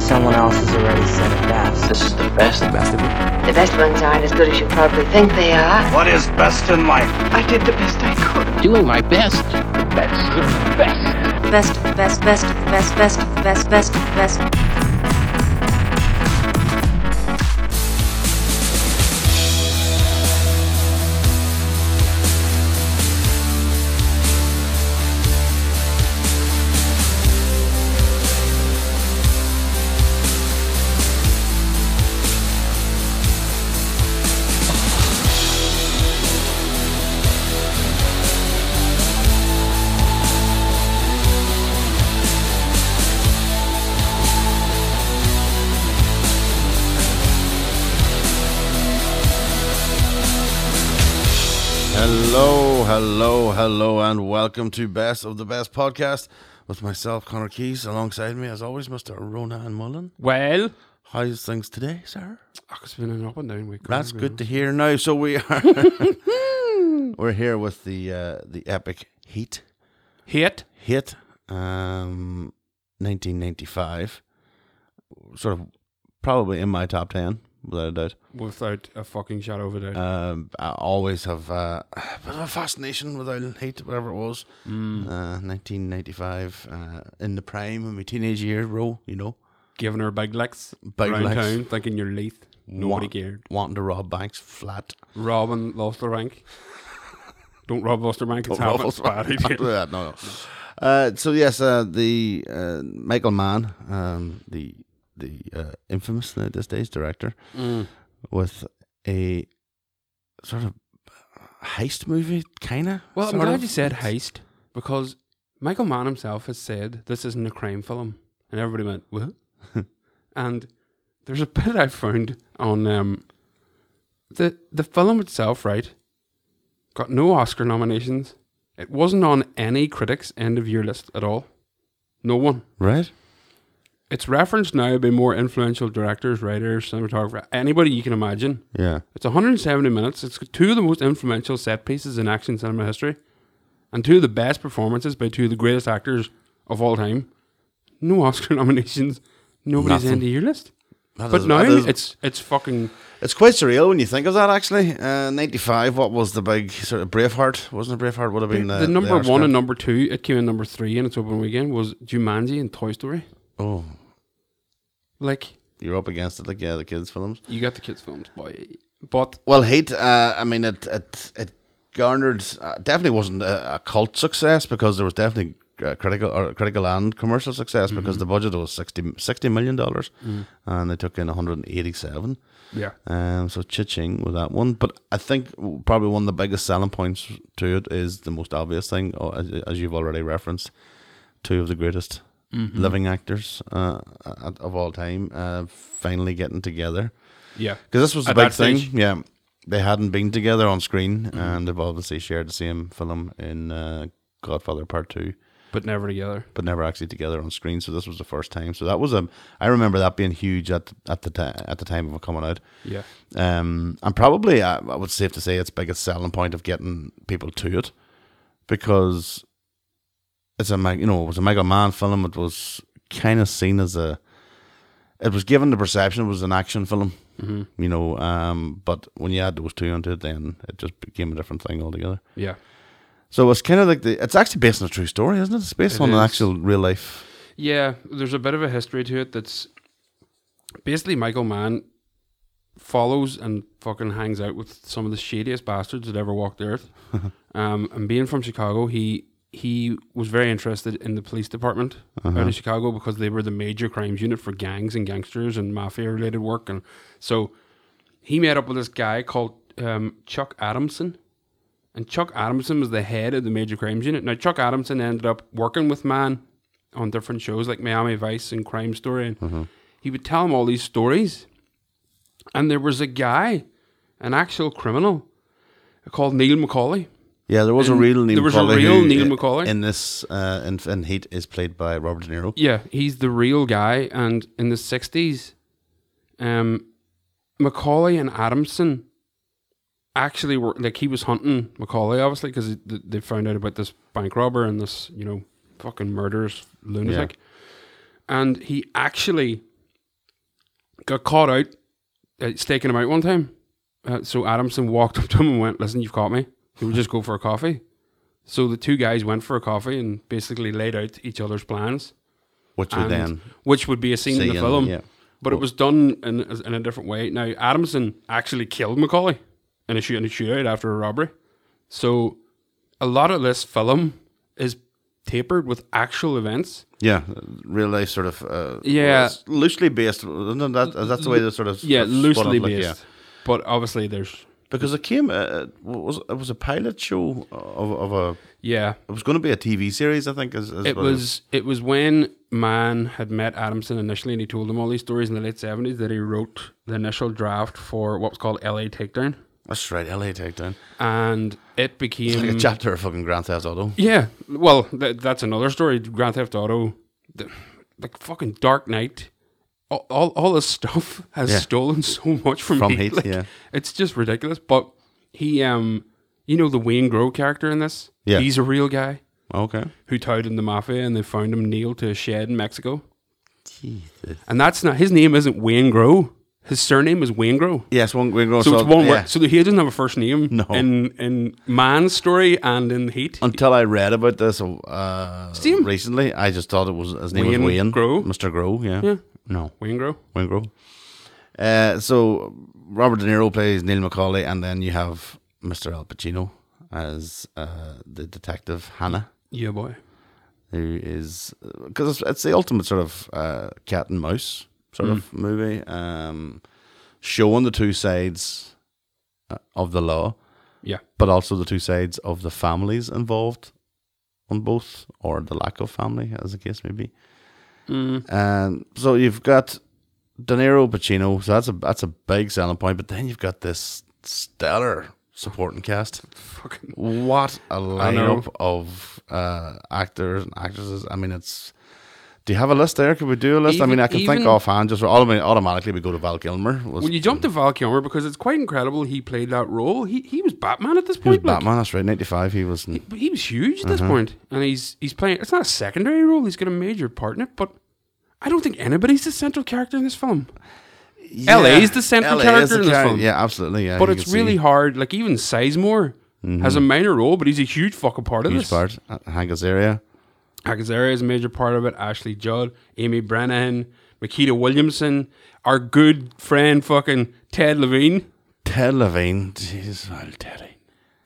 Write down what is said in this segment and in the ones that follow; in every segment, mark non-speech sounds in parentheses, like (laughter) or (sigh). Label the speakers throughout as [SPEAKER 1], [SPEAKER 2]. [SPEAKER 1] someone else has already said it best.
[SPEAKER 2] This is the best. The best of it.
[SPEAKER 3] The best ones aren't as good as you probably think they are.
[SPEAKER 4] What is best in life?
[SPEAKER 3] I did the best I could.
[SPEAKER 2] Doing my best. The best. The best.
[SPEAKER 5] best, best, best, best, best, best, best, best.
[SPEAKER 6] Hello, hello, hello, and welcome to Best of the Best podcast with myself, Connor Keys, alongside me, as always, Mr. Ronan Mullen.
[SPEAKER 7] Well,
[SPEAKER 6] How's things today, sir?
[SPEAKER 7] it's been an up and down week.
[SPEAKER 6] That's good to hear. Now, so we are (laughs) we're here with the uh, the epic Heat
[SPEAKER 7] Hate.
[SPEAKER 6] hit, um, 1995, sort of probably in my top ten without a doubt.
[SPEAKER 7] Without a fucking shadow of a doubt.
[SPEAKER 6] Um, I always have uh, a bit of a fascination with Island Heat, whatever it was.
[SPEAKER 7] Mm.
[SPEAKER 6] Uh, 1995, uh, in the prime of my teenage year, bro, you know,
[SPEAKER 7] Giving her big licks
[SPEAKER 6] Big
[SPEAKER 7] around
[SPEAKER 6] licks.
[SPEAKER 7] town, thinking you're Leith. Nobody
[SPEAKER 6] Want-
[SPEAKER 7] cared.
[SPEAKER 6] wanting to rob banks flat.
[SPEAKER 7] Robin lost
[SPEAKER 6] (laughs)
[SPEAKER 7] the rank. Don't rob Buster Bank. (laughs) It's
[SPEAKER 6] Rob
[SPEAKER 7] half
[SPEAKER 6] us (laughs)
[SPEAKER 7] a bad
[SPEAKER 6] back.
[SPEAKER 7] idea.
[SPEAKER 6] Yeah, no, no. Uh, so yes, uh, the uh, Michael Mann, um, the the uh, infamous now this day's director,
[SPEAKER 7] Mm.
[SPEAKER 6] with a sort of heist movie, kind of.
[SPEAKER 7] Well, I'm glad you said heist because Michael Mann himself has said this isn't a crime film, and everybody went what? and there's a bit I found on um, the the film itself. Right, got no Oscar nominations. It wasn't on any critics' end of year list at all. No one.
[SPEAKER 6] right.
[SPEAKER 7] It's referenced now by more influential directors, writers, cinematographers, anybody you can imagine.
[SPEAKER 6] Yeah,
[SPEAKER 7] It's 170 minutes. It's got two of the most influential set pieces in action cinema history, and two of the best performances by two of the greatest actors of all time. No Oscar (laughs) nominations. Nobody's
[SPEAKER 6] Nothing.
[SPEAKER 7] in the year list.
[SPEAKER 6] That
[SPEAKER 7] but
[SPEAKER 6] is-
[SPEAKER 7] now
[SPEAKER 6] that is-
[SPEAKER 7] it's it's fucking
[SPEAKER 6] It's quite surreal when you think of that. Actually, uh, ninety-five. What was the big sort of Braveheart? Wasn't it Braveheart? Would have been uh,
[SPEAKER 7] the number
[SPEAKER 6] Oscar.
[SPEAKER 7] one and number two. It came in number three in its opening weekend was Jumanji and Toy Story.
[SPEAKER 6] Oh,
[SPEAKER 7] Like
[SPEAKER 6] you're up against it. Like yeah, the kids' films.
[SPEAKER 7] you got the kids' films, boy. But
[SPEAKER 6] Well, Heat. Uh, I mean, it it it garnered uh, definitely wasn't a, a cult success because there was definitely uh, critical or critical and commercial success because
[SPEAKER 7] Mm-hmm.
[SPEAKER 6] the budget was 60, 60 million dollars, and they took in one hundred and eighty-seven.
[SPEAKER 7] yeah,
[SPEAKER 6] Um, so ching with that one, but I think probably one of the biggest selling points to it is the most obvious thing, or as, as you've already referenced, two of the greatest
[SPEAKER 7] Mm-hmm.
[SPEAKER 6] living actors uh, at- of all time uh, finally getting together
[SPEAKER 7] yeah.
[SPEAKER 6] because this was the
[SPEAKER 7] At
[SPEAKER 6] big
[SPEAKER 7] that
[SPEAKER 6] thing.
[SPEAKER 7] stage. Mm-hmm.
[SPEAKER 6] Yeah, they hadn't been together on screen, and they've obviously shared the same film in uh, Godfather Part Two,
[SPEAKER 7] But never together.
[SPEAKER 6] but never actually together on screen. So this was the first time. So that was a. I remember that being huge at at the ti- at the time of it coming out.
[SPEAKER 7] Yeah,
[SPEAKER 6] Um, and probably I, I would safe to say its biggest selling point of getting people to it, because it's a Ma- you know it was a Michael Mann film. It was kind of seen as a. It was given the perception it was an action film,
[SPEAKER 7] Mm-hmm.
[SPEAKER 6] you know. Um, but when you add those two onto it, then it just became a different thing altogether.
[SPEAKER 7] yeah.
[SPEAKER 6] So it's kind of like the. It's actually based on a true story, isn't it? It's based
[SPEAKER 7] It
[SPEAKER 6] on an
[SPEAKER 7] is.
[SPEAKER 6] actual real life.
[SPEAKER 7] Yeah, there's a bit of a history to it that's basically Michael Mann follows and fucking hangs out with some of the shadiest bastards that ever walked the earth. um, and being from Chicago, he he was very interested in the police department out of Chicago because they were the major crimes unit for gangs and gangsters and mafia related work. And so he met up with this guy called um, Chuck Adamson. And Chuck Adamson was the head of the Major Crimes Unit. Now, Chuck Adamson ended up working with Mann on different shows like Miami Vice and Crime Story. And he would tell him all these stories. And there was a guy, an actual criminal, called Neil McCauley.
[SPEAKER 6] Yeah, there was a
[SPEAKER 7] And
[SPEAKER 6] real Neil.
[SPEAKER 7] there was a
[SPEAKER 6] McCauley
[SPEAKER 7] real
[SPEAKER 6] who,
[SPEAKER 7] Neil
[SPEAKER 6] uh,
[SPEAKER 7] McCauley.
[SPEAKER 6] in this. Uh, in, in Heat is played by Robert De Niro.
[SPEAKER 7] Yeah, he's the real guy. And in the 60s, um, Macaulay and Adamson actually were like he was hunting Macaulay, obviously, because they found out about this bank robber and this, you know, fucking murderous lunatic. And he actually got caught out uh, staking him out one time. Uh, so Adamson walked (laughs) up to him and went, "Listen, you've caught me. Can we just go for a coffee?" So the two guys went for a coffee and basically laid out each other's plans,
[SPEAKER 6] which would
[SPEAKER 7] and-
[SPEAKER 6] then
[SPEAKER 7] which would be a scene in
[SPEAKER 6] see
[SPEAKER 7] the
[SPEAKER 6] in-
[SPEAKER 7] film.
[SPEAKER 6] yeah.
[SPEAKER 7] But it was done in, in a different way. Now Adamson actually killed Macaulay in a shoot in a shootout after a robbery. So a lot of this film is tapered with actual events.
[SPEAKER 6] yeah, real life sort of uh,
[SPEAKER 7] Yeah.
[SPEAKER 6] it's loosely based. Isn't it? that that's the way they sort of
[SPEAKER 7] Yeah,
[SPEAKER 6] sort of spun
[SPEAKER 7] loosely
[SPEAKER 6] it, like,
[SPEAKER 7] based. But obviously there's
[SPEAKER 6] because it came. Uh, it was it was a pilot show of, of a.
[SPEAKER 7] yeah.
[SPEAKER 6] It was going to be a TV series, I think. Is, is
[SPEAKER 7] It
[SPEAKER 6] what
[SPEAKER 7] was it was when Mann had met Adamson initially and he told him all these stories in the late seventies that he wrote the initial draft for what was called LA Takedown.
[SPEAKER 6] That's right, LA Takedown.
[SPEAKER 7] And it became
[SPEAKER 6] Like a chapter of fucking Grand Theft Auto.
[SPEAKER 7] Yeah, well, th- that's another story. Grand Theft Auto, the, like fucking Dark Knight, all all, all this stuff has
[SPEAKER 6] Yeah.
[SPEAKER 7] stolen so much from
[SPEAKER 6] From
[SPEAKER 7] Heat.
[SPEAKER 6] Heat,
[SPEAKER 7] (laughs) like,
[SPEAKER 6] yeah.
[SPEAKER 7] it's just ridiculous. But he, um, you know, the Wayne Grow character in this,
[SPEAKER 6] Yeah.
[SPEAKER 7] he's a real guy
[SPEAKER 6] Okay.
[SPEAKER 7] who tied in the mafia, and they found him nailed to a shed in Mexico.
[SPEAKER 6] Jesus.
[SPEAKER 7] And that's not his name. Isn't Wayne Grow? His surname is Wayne Grow.
[SPEAKER 6] Yes, one we're going
[SPEAKER 7] So it's one
[SPEAKER 6] yeah.
[SPEAKER 7] word. So he doesn't have a first name
[SPEAKER 6] No.
[SPEAKER 7] in in Man's story and in Heat.
[SPEAKER 6] Until I read about this uh,
[SPEAKER 7] Steam.
[SPEAKER 6] recently, I just thought it was his name
[SPEAKER 7] Wayne
[SPEAKER 6] was Wayne
[SPEAKER 7] Grow?
[SPEAKER 6] Mr. Grow. Yeah. No,
[SPEAKER 7] Wayne Grow.
[SPEAKER 6] Wayne Grow. Uh, so Robert De Niro plays Neil McCauley, and then you have Mr. Al Pacino as uh, the detective Hannah,
[SPEAKER 7] Yeah, boy.
[SPEAKER 6] who is because it's, it's the ultimate sort of uh, cat and mouse sort of movie, um, showing the two sides uh, of the law.
[SPEAKER 7] Yeah.
[SPEAKER 6] but also the two sides of the families involved on both, or the lack of family, as the case may be. Um, so you've got De Niro, Pacino. So that's a that's a big selling point. But then you've got this stellar supporting cast.
[SPEAKER 7] Fucking
[SPEAKER 6] What a
[SPEAKER 7] know.
[SPEAKER 6] lineup of uh, actors and actresses. I mean, it's. Do you have a list there? Could we do a list? I mean,
[SPEAKER 7] Even-
[SPEAKER 6] I can think
[SPEAKER 7] even-
[SPEAKER 6] offhand. Just automatically, automatically we go to Val Kilmer. Was,
[SPEAKER 7] Well, you jump to Val Kilmer because it's quite incredible he played that role. He he was Batman at this
[SPEAKER 6] he was
[SPEAKER 7] point. like,
[SPEAKER 6] Batman. Uh-huh. That's right. Ninety five. He was. in-
[SPEAKER 7] But he was huge at this point, and he's he's playing. It's not a secondary role. He's got a major part in it, but I don't think anybody's the central character in this film. LA is the central
[SPEAKER 6] LA is
[SPEAKER 7] character
[SPEAKER 6] the
[SPEAKER 7] in this
[SPEAKER 6] char-
[SPEAKER 7] film.
[SPEAKER 6] Yeah, absolutely. Yeah,
[SPEAKER 7] But
[SPEAKER 6] you
[SPEAKER 7] it's
[SPEAKER 6] can
[SPEAKER 7] really
[SPEAKER 6] see
[SPEAKER 7] hard. Like even Sizemore has a minor role, but he's a huge fucking part of
[SPEAKER 6] Mm-hmm. huge part.
[SPEAKER 7] this.
[SPEAKER 6] Uh, Hank Azaria.
[SPEAKER 7] Agazera is a major part of it. Ashley Judd, Amy Brennan, Makita Williamson, our good friend fucking Ted Levine.
[SPEAKER 6] Ted Levine. Jesus, old Teddy.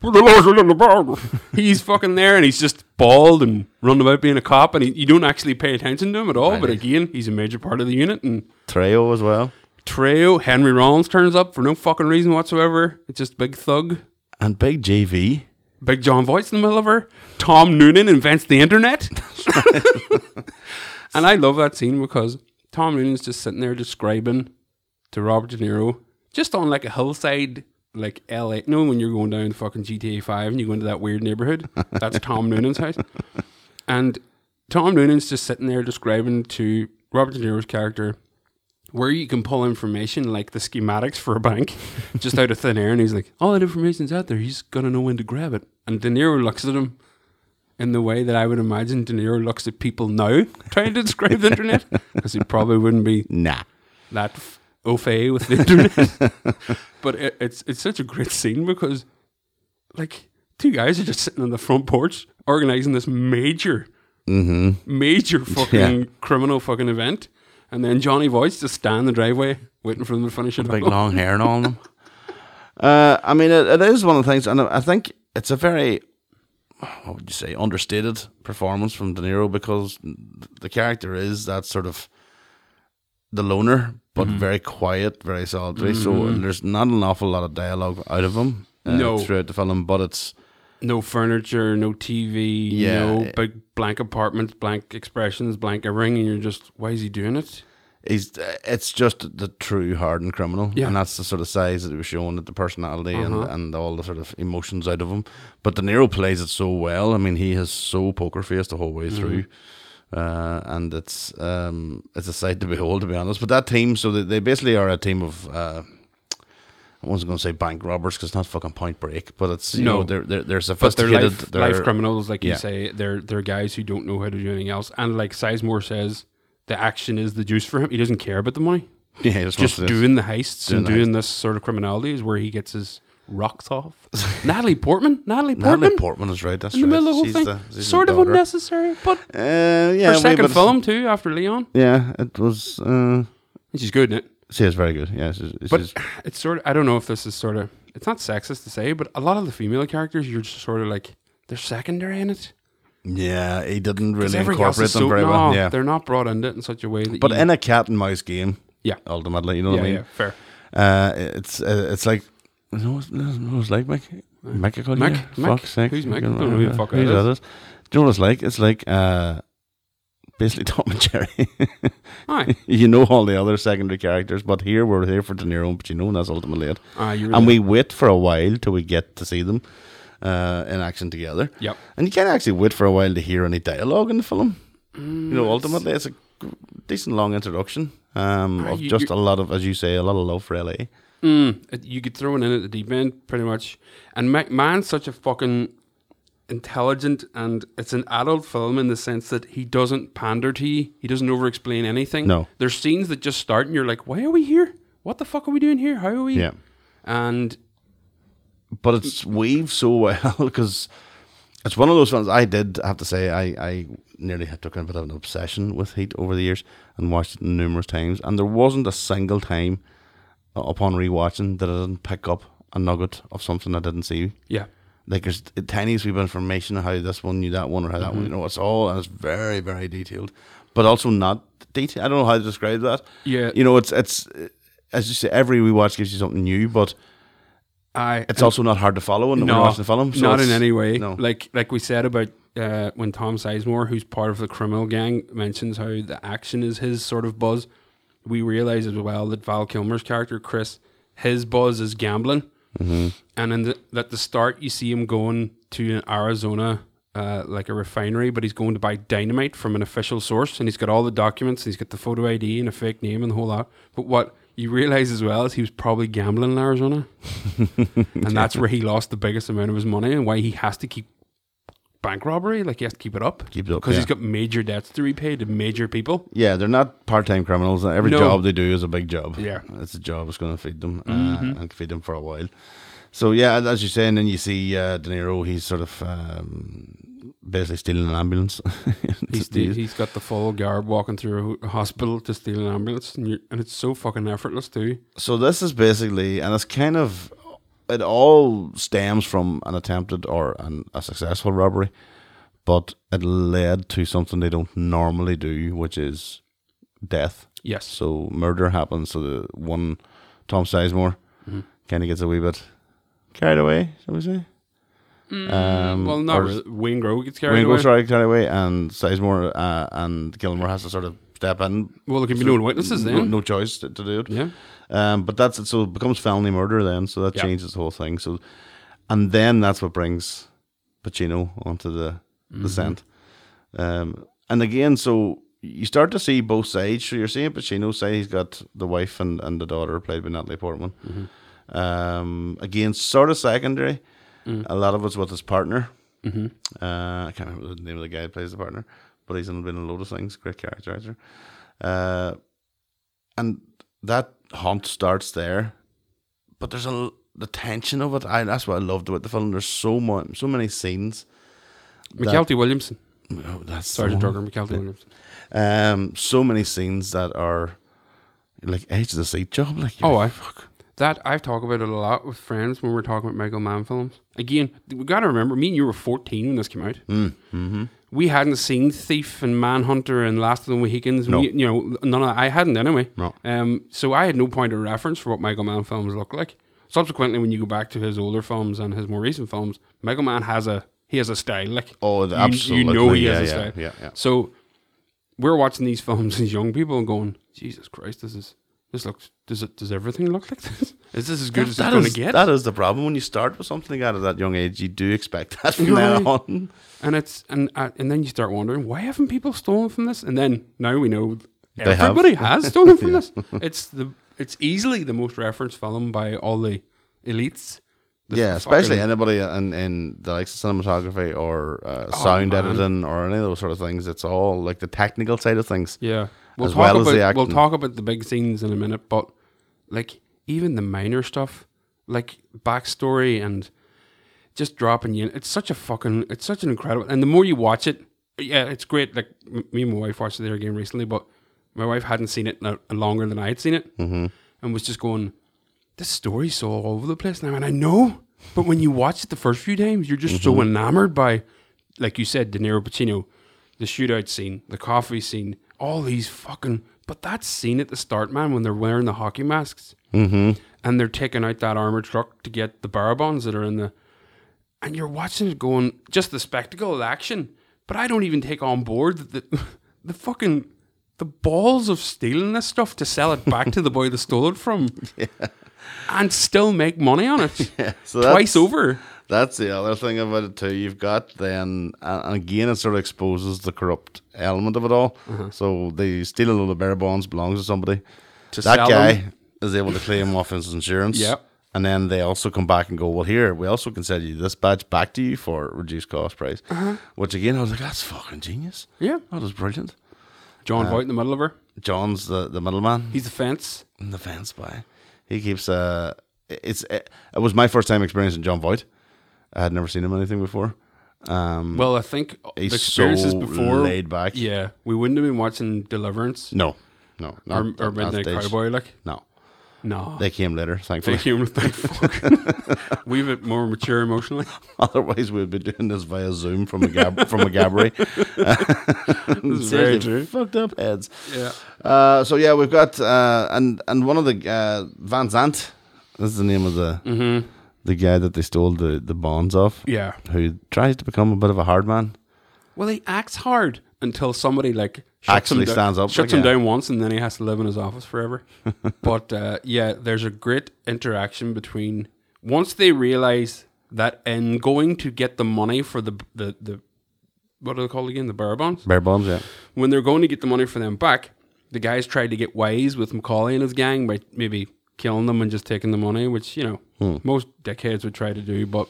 [SPEAKER 7] (laughs) he's fucking there and he's just bald and running about being a cop and he, you don't actually pay attention to him at all. But again, he's a major part of the unit. And
[SPEAKER 6] Treo as well.
[SPEAKER 7] Treo, Henry Rollins turns up for no fucking reason whatsoever. It's just big thug.
[SPEAKER 6] And Big JV.
[SPEAKER 7] Big John Voight's in the middle of her. Tom Noonan invents the internet. and I love that scene because Tom Noonan's just sitting there describing to Robert De Niro, just on like a hillside, like LA. You know when you're going down the fucking GTA 5 and you go into that weird neighborhood? That's Tom Noonan's house. And Tom Noonan's just sitting there describing to Robert De Niro's character where you can pull information like the schematics for a bank (laughs) just out of thin air. And he's like, all that information's out there. He's going to know when to grab it. And De Niro looks at him in the way that I would imagine De Niro looks at people now trying to describe the internet because he probably wouldn't be
[SPEAKER 6] Nah.
[SPEAKER 7] that f- au fait with the internet. (laughs) but it, it's it's such a great scene because like two guys are just sitting on the front porch organizing this major, major fucking
[SPEAKER 6] Mm-hmm. (laughs) Yeah.
[SPEAKER 7] criminal fucking event, and then Johnny Voice just stand in the driveway waiting for them to finish it.
[SPEAKER 6] Big
[SPEAKER 7] up.
[SPEAKER 6] long hair and all them. (laughs) Uh, I mean, it, it is one of the things, and I I think it's a very, what would you say, understated performance from De Niro because the character is that sort of the loner, but very quiet, very solitary. So there's not an awful lot of dialogue out of him uh,
[SPEAKER 7] No.
[SPEAKER 6] throughout the film, but it's
[SPEAKER 7] No furniture, no TV,
[SPEAKER 6] Yeah,
[SPEAKER 7] no
[SPEAKER 6] it-
[SPEAKER 7] big blank apartments, blank expressions, blank everything, and you're just why is he doing it?
[SPEAKER 6] he's it's just the true hardened criminal,
[SPEAKER 7] Yeah. Uh-huh.
[SPEAKER 6] and that's the sort of size that he was showing, that the personality and, and all the sort of emotions out of him. But De Niro plays it so well. I mean, he is so poker faced the whole way
[SPEAKER 7] Mm-hmm.
[SPEAKER 6] through, uh, and it's um, it's a sight to behold, to be honest. But that team, so they, they basically are a team of. Uh, I wasn't going to say bank robbers because it's not fucking Point Break, but it's you
[SPEAKER 7] No.
[SPEAKER 6] know they're they're, they're
[SPEAKER 7] But they're
[SPEAKER 6] sophisticated.
[SPEAKER 7] life,
[SPEAKER 6] they're-
[SPEAKER 7] life criminals, like
[SPEAKER 6] yeah.
[SPEAKER 7] you say. They're they're guys who don't know how to do anything else. And like Sizemore says, the action is the juice for him. He doesn't care about the money.
[SPEAKER 6] (laughs) Yeah, he just,
[SPEAKER 7] just
[SPEAKER 6] wants to-
[SPEAKER 7] doing the heists
[SPEAKER 6] doing
[SPEAKER 7] and
[SPEAKER 6] the
[SPEAKER 7] doing this sort of criminality is where he gets his rocks off. Natalie Portman, Natalie Portman,
[SPEAKER 6] Natalie Portman is right. That's
[SPEAKER 7] in the
[SPEAKER 6] right.
[SPEAKER 7] middle of the whole
[SPEAKER 6] She's
[SPEAKER 7] thing,
[SPEAKER 6] she's
[SPEAKER 7] sort of
[SPEAKER 6] daughter.
[SPEAKER 7] unnecessary. But
[SPEAKER 6] Uh, yeah,
[SPEAKER 7] her
[SPEAKER 6] wee bit
[SPEAKER 7] second
[SPEAKER 6] of-
[SPEAKER 7] film too after Leon,
[SPEAKER 6] Yeah, it was. Uh,
[SPEAKER 7] And she's good in it.
[SPEAKER 6] she is very good. Yeah, she's, she's,
[SPEAKER 7] But it's sort of I don't know if this is sort of it's not sexist to say, but a lot of the female characters you're just sort of like they're secondary in it.
[SPEAKER 6] yeah, he didn't
[SPEAKER 7] 'Cause
[SPEAKER 6] really
[SPEAKER 7] everything
[SPEAKER 6] incorporate
[SPEAKER 7] else
[SPEAKER 6] them
[SPEAKER 7] is so-
[SPEAKER 6] very
[SPEAKER 7] no,
[SPEAKER 6] well. Yeah,
[SPEAKER 7] they're not brought into it in such a way that.
[SPEAKER 6] but
[SPEAKER 7] you,
[SPEAKER 6] in a cat and mouse game,
[SPEAKER 7] yeah,
[SPEAKER 6] ultimately, you know
[SPEAKER 7] yeah,
[SPEAKER 6] what I mean. (laughs)
[SPEAKER 7] yeah, fair.
[SPEAKER 6] Uh, it's uh, it's like no, it's, no, no, it's like Mick. Mick, I call
[SPEAKER 7] Mick?
[SPEAKER 6] you.
[SPEAKER 7] Mick?
[SPEAKER 6] Fuck's sake.
[SPEAKER 7] Who's Mick?
[SPEAKER 6] I
[SPEAKER 7] Don't know who the fuck
[SPEAKER 6] Who's
[SPEAKER 7] that is.
[SPEAKER 6] others? Do you know what it's like? It's like uh, basically (laughs) Tom and Jerry.
[SPEAKER 7] Aye,
[SPEAKER 6] you know all the other secondary characters, but here we're here for De Niro, but you know that's ultimately it.
[SPEAKER 7] aye, you really
[SPEAKER 6] And we wait for a while till we get to see them uh, in action together.
[SPEAKER 7] Yep.
[SPEAKER 6] And you can't actually wait for a while to hear any dialogue in the film. you
[SPEAKER 7] Mm,
[SPEAKER 6] know, ultimately, it's a g- decent long introduction um,
[SPEAKER 7] Aye,
[SPEAKER 6] of
[SPEAKER 7] you-
[SPEAKER 6] just
[SPEAKER 7] you-
[SPEAKER 6] a lot of, as you say, a lot of love for LA.
[SPEAKER 7] Mm, it- you get thrown in at the deep end, pretty much. And Ma- man's such a fucking intelligent, and it's an adult film in the sense that he doesn't pander to you. He doesn't over-explain anything.
[SPEAKER 6] No.
[SPEAKER 7] there's scenes that just start, and you're like, "Why are we here? What the fuck are we doing here? How are we?"
[SPEAKER 6] Yeah.
[SPEAKER 7] and
[SPEAKER 6] but it's weaved so well (laughs) because it's one of those films I did have to say I, I nearly had took a bit of an obsession with Heat over the years and watched it numerous times and there wasn't a single time uh, upon rewatching that I didn't pick up a nugget of something I didn't see.
[SPEAKER 7] yeah,
[SPEAKER 6] Like there's the tiniest wee bit of information on how this one knew that one or how that one you know it's all and it's very very detailed, but also not detailed. I don't know how to describe that.
[SPEAKER 7] Yeah.
[SPEAKER 6] you know it's it's uh, as you say every rewatch gives you something new, but
[SPEAKER 7] I
[SPEAKER 6] it's also not hard to follow and no, watching the film. so
[SPEAKER 7] not in
[SPEAKER 6] it's-
[SPEAKER 7] any way.
[SPEAKER 6] No.
[SPEAKER 7] Like like we said about uh, when Tom Sizemore, who's part of the criminal gang, mentions how the action is his sort of buzz. We realize as well that Val Kilmer's character Chris, his buzz is gambling,
[SPEAKER 6] Mm-hmm.
[SPEAKER 7] and in the, at the start you see him going to an Arizona. Uh, like a refinery, but he's going to buy dynamite from an official source, and he's got all the documents. And he's got the photo ID and a fake name and the whole lot. But what you realize as well is he was probably gambling in Arizona and that's where he lost the biggest amount of his money and why he has to keep bank robbery like he has to keep it up
[SPEAKER 6] Keep it up,
[SPEAKER 7] because he's
[SPEAKER 6] yeah.
[SPEAKER 7] got major debts to repay to major people
[SPEAKER 6] yeah, they're not part-time criminals. Every
[SPEAKER 7] No.
[SPEAKER 6] job they do is a big job.
[SPEAKER 7] Yeah. Mm-hmm.
[SPEAKER 6] it's a job that's going to feed them uh, and feed them for a while. So yeah, as you say, and then you see uh, De Niro. He's sort of um, basically stealing an ambulance. (laughs)
[SPEAKER 7] he's, the, he's got the full garb walking through a ho- hospital to steal an ambulance and, you're, and it's so fucking effortless too
[SPEAKER 6] so this is basically, and it's kind of, it all stems from an attempted or an, a successful robbery, but it led to something they don't normally do, which is death.
[SPEAKER 7] yes
[SPEAKER 6] So murder happens. So the one Tom Sizemore
[SPEAKER 7] Mm-hmm.
[SPEAKER 6] kind of gets a wee bit carried away, shall we say? um,
[SPEAKER 7] well not
[SPEAKER 6] or-
[SPEAKER 7] really. wayne Grove gets Mm, carried
[SPEAKER 6] Wayne
[SPEAKER 7] away
[SPEAKER 6] goes sorry, carried away, and Sizemore uh, and Gilmore has to sort of step in.
[SPEAKER 7] well there can be no witnesses
[SPEAKER 6] No,
[SPEAKER 7] then
[SPEAKER 6] no choice to, to do it.
[SPEAKER 7] yeah
[SPEAKER 6] Um, but that's it. So it becomes felony murder then. So that
[SPEAKER 7] Yeah.
[SPEAKER 6] changes the whole thing. So, and then that's what brings Pacino onto the
[SPEAKER 7] Mm-hmm.
[SPEAKER 6] the scent. Um, and again, so you start to see both sides. So you're seeing Pacino say he's got the wife and, and the daughter played by Natalie Portman.
[SPEAKER 7] Mm-hmm.
[SPEAKER 6] Um, again, sort of secondary.
[SPEAKER 7] Mm.
[SPEAKER 6] A lot of it's with his partner. Mm-hmm. Uh, I can't remember the name of the guy who plays the partner, but he's been in a load of things. Great character actor. Uh, and that hunt starts there, but there's a l- the tension of it. I that's what I loved about the film. There's so much, so many scenes.
[SPEAKER 7] McKelty Williamson
[SPEAKER 6] Oh, that's
[SPEAKER 7] Sergeant
[SPEAKER 6] the
[SPEAKER 7] Drucker McKelty Williamson
[SPEAKER 6] Um, so many scenes that are like edge of the seat job. Like
[SPEAKER 7] Oh,
[SPEAKER 6] you're-
[SPEAKER 7] I fuck that. I've talked about it a lot with friends when we're talking about Michael Mann films. Again, we got to remember, me and you were 14 when this came out. Mm, mm-hmm. We hadn't seen Thief and Manhunter and Last of the Mohicans.
[SPEAKER 6] No.
[SPEAKER 7] We, you know, none of that. I hadn't anyway.
[SPEAKER 6] No.
[SPEAKER 7] Um, so I had no point of reference for what Michael Mann films look like. Subsequently, when you go back to his older films and his more recent films, Michael Mann has a he has a style. Like
[SPEAKER 6] Oh,
[SPEAKER 7] you-
[SPEAKER 6] absolutely.
[SPEAKER 7] You know he
[SPEAKER 6] Yeah,
[SPEAKER 7] has
[SPEAKER 6] yeah,
[SPEAKER 7] a style.
[SPEAKER 6] yeah, yeah.
[SPEAKER 7] So we're watching these films (laughs) as young people and going, Jesus Christ, this is this looks does it does everything look like this? (laughs) Is this as good as it's
[SPEAKER 6] that
[SPEAKER 7] gonna
[SPEAKER 6] is
[SPEAKER 7] get?
[SPEAKER 6] that is the problem when you start with something out of that young age. You do expect that from
[SPEAKER 7] Right.
[SPEAKER 6] now on.
[SPEAKER 7] and it's and uh, and then you start wondering why haven't people stolen from this? And then now we know
[SPEAKER 6] have.
[SPEAKER 7] everybody
[SPEAKER 6] (laughs)
[SPEAKER 7] has stolen from this. It's the it's easily the most referenced film by all the elites. The
[SPEAKER 6] Yeah, especially
[SPEAKER 7] fucking-
[SPEAKER 6] anybody in, in the likes of cinematography or uh, sound
[SPEAKER 7] Oh, man.
[SPEAKER 6] editing or any of those sort of things. It's all like the technical side of things.
[SPEAKER 7] yeah. We'll
[SPEAKER 6] as
[SPEAKER 7] talk
[SPEAKER 6] well
[SPEAKER 7] about,
[SPEAKER 6] as the acting.
[SPEAKER 7] We'll talk about the big scenes in a minute, but like even the minor stuff, like backstory and just dropping you in, it's such a fucking, it's such an incredible. And the more you watch it, yeah, it's great. Like m- me and my wife watched it again recently, but my wife hadn't seen it in a- longer than I had seen it, mm-hmm. and was just going, "This story's so all over the place now." And I know, but when you watch it the first few times, you're just so enamored by, like you said, De Niro Pacino the shootout scene, the coffee scene, all these fucking. But that scene at the start, man, when they're wearing the hockey masks and they're taking out that armored truck to get the barabons that are in the. And you're watching it going, just the spectacle of action. But I don't even take on board that the, (laughs) the fucking. The balls of stealing this stuff to sell it back to the boy that stole
[SPEAKER 6] (laughs)
[SPEAKER 7] it from, and still make money on it
[SPEAKER 6] So
[SPEAKER 7] twice
[SPEAKER 6] that's-
[SPEAKER 7] over.
[SPEAKER 6] That's the other thing about it too. You've got then, and and again, it sort of exposes the corrupt element of it all.
[SPEAKER 7] Uh-huh.
[SPEAKER 6] So the stealing of the bare bonds belongs to somebody. that
[SPEAKER 7] sell
[SPEAKER 6] guy
[SPEAKER 7] them.
[SPEAKER 6] is able to claim off his insurance.
[SPEAKER 7] Yep.
[SPEAKER 6] And then they also come back and go, well, here we also can sell you this badge back to you for reduced cost price. Which again, I was like, that's fucking genius.
[SPEAKER 7] Uh-huh. Yeah.
[SPEAKER 6] that was brilliant.
[SPEAKER 7] John
[SPEAKER 6] Uh,
[SPEAKER 7] Voight in the middle of her.
[SPEAKER 6] John's the the middleman
[SPEAKER 7] He's the fence.
[SPEAKER 6] the fence by. He keeps uh it's it, was my first time experiencing John Voight. I had never seen him anything before. Um
[SPEAKER 7] Well, I think
[SPEAKER 6] He's
[SPEAKER 7] the experiences
[SPEAKER 6] so
[SPEAKER 7] before
[SPEAKER 6] laid back.
[SPEAKER 7] Yeah, we wouldn't have been watching Deliverance
[SPEAKER 6] no. No. Not,
[SPEAKER 7] or, or
[SPEAKER 6] not
[SPEAKER 7] Midnight
[SPEAKER 6] stage.
[SPEAKER 7] Cowboy. Like,
[SPEAKER 6] No.
[SPEAKER 7] no,
[SPEAKER 6] They came later, thankfully.
[SPEAKER 7] they came with that (laughs) fucking. we were more mature emotionally.
[SPEAKER 6] (laughs) Otherwise we'd be doing this via Zoom from a gab- from a (laughs) gabbery.
[SPEAKER 7] (laughs) This is
[SPEAKER 6] Seriously,
[SPEAKER 7] very true.
[SPEAKER 6] Fucked up heads.
[SPEAKER 7] Yeah,
[SPEAKER 6] Uh, so yeah, we've got uh, and and one of the uh, Van Zant. This is the name of the the guy that they stole the, the bonds off.
[SPEAKER 7] Mm-hmm. yeah.
[SPEAKER 6] Who tries to become a bit of a hard man.
[SPEAKER 7] Well, he acts hard until somebody like shuts
[SPEAKER 6] Actually
[SPEAKER 7] him down,
[SPEAKER 6] stands up,
[SPEAKER 7] shuts
[SPEAKER 6] like,
[SPEAKER 7] him
[SPEAKER 6] yeah.
[SPEAKER 7] down once, and then he has to live in his office
[SPEAKER 6] (laughs)
[SPEAKER 7] forever. but uh, yeah, there's a great interaction between once they realize that in going to get the money for the the the what are they called again? The barabons.
[SPEAKER 6] Bare bonds, yeah.
[SPEAKER 7] when they're going to get the money for them back, the guys tried to get wise with Macaulay and his gang by maybe killing them and just taking the money, which, you know, most dickheads would try to do. But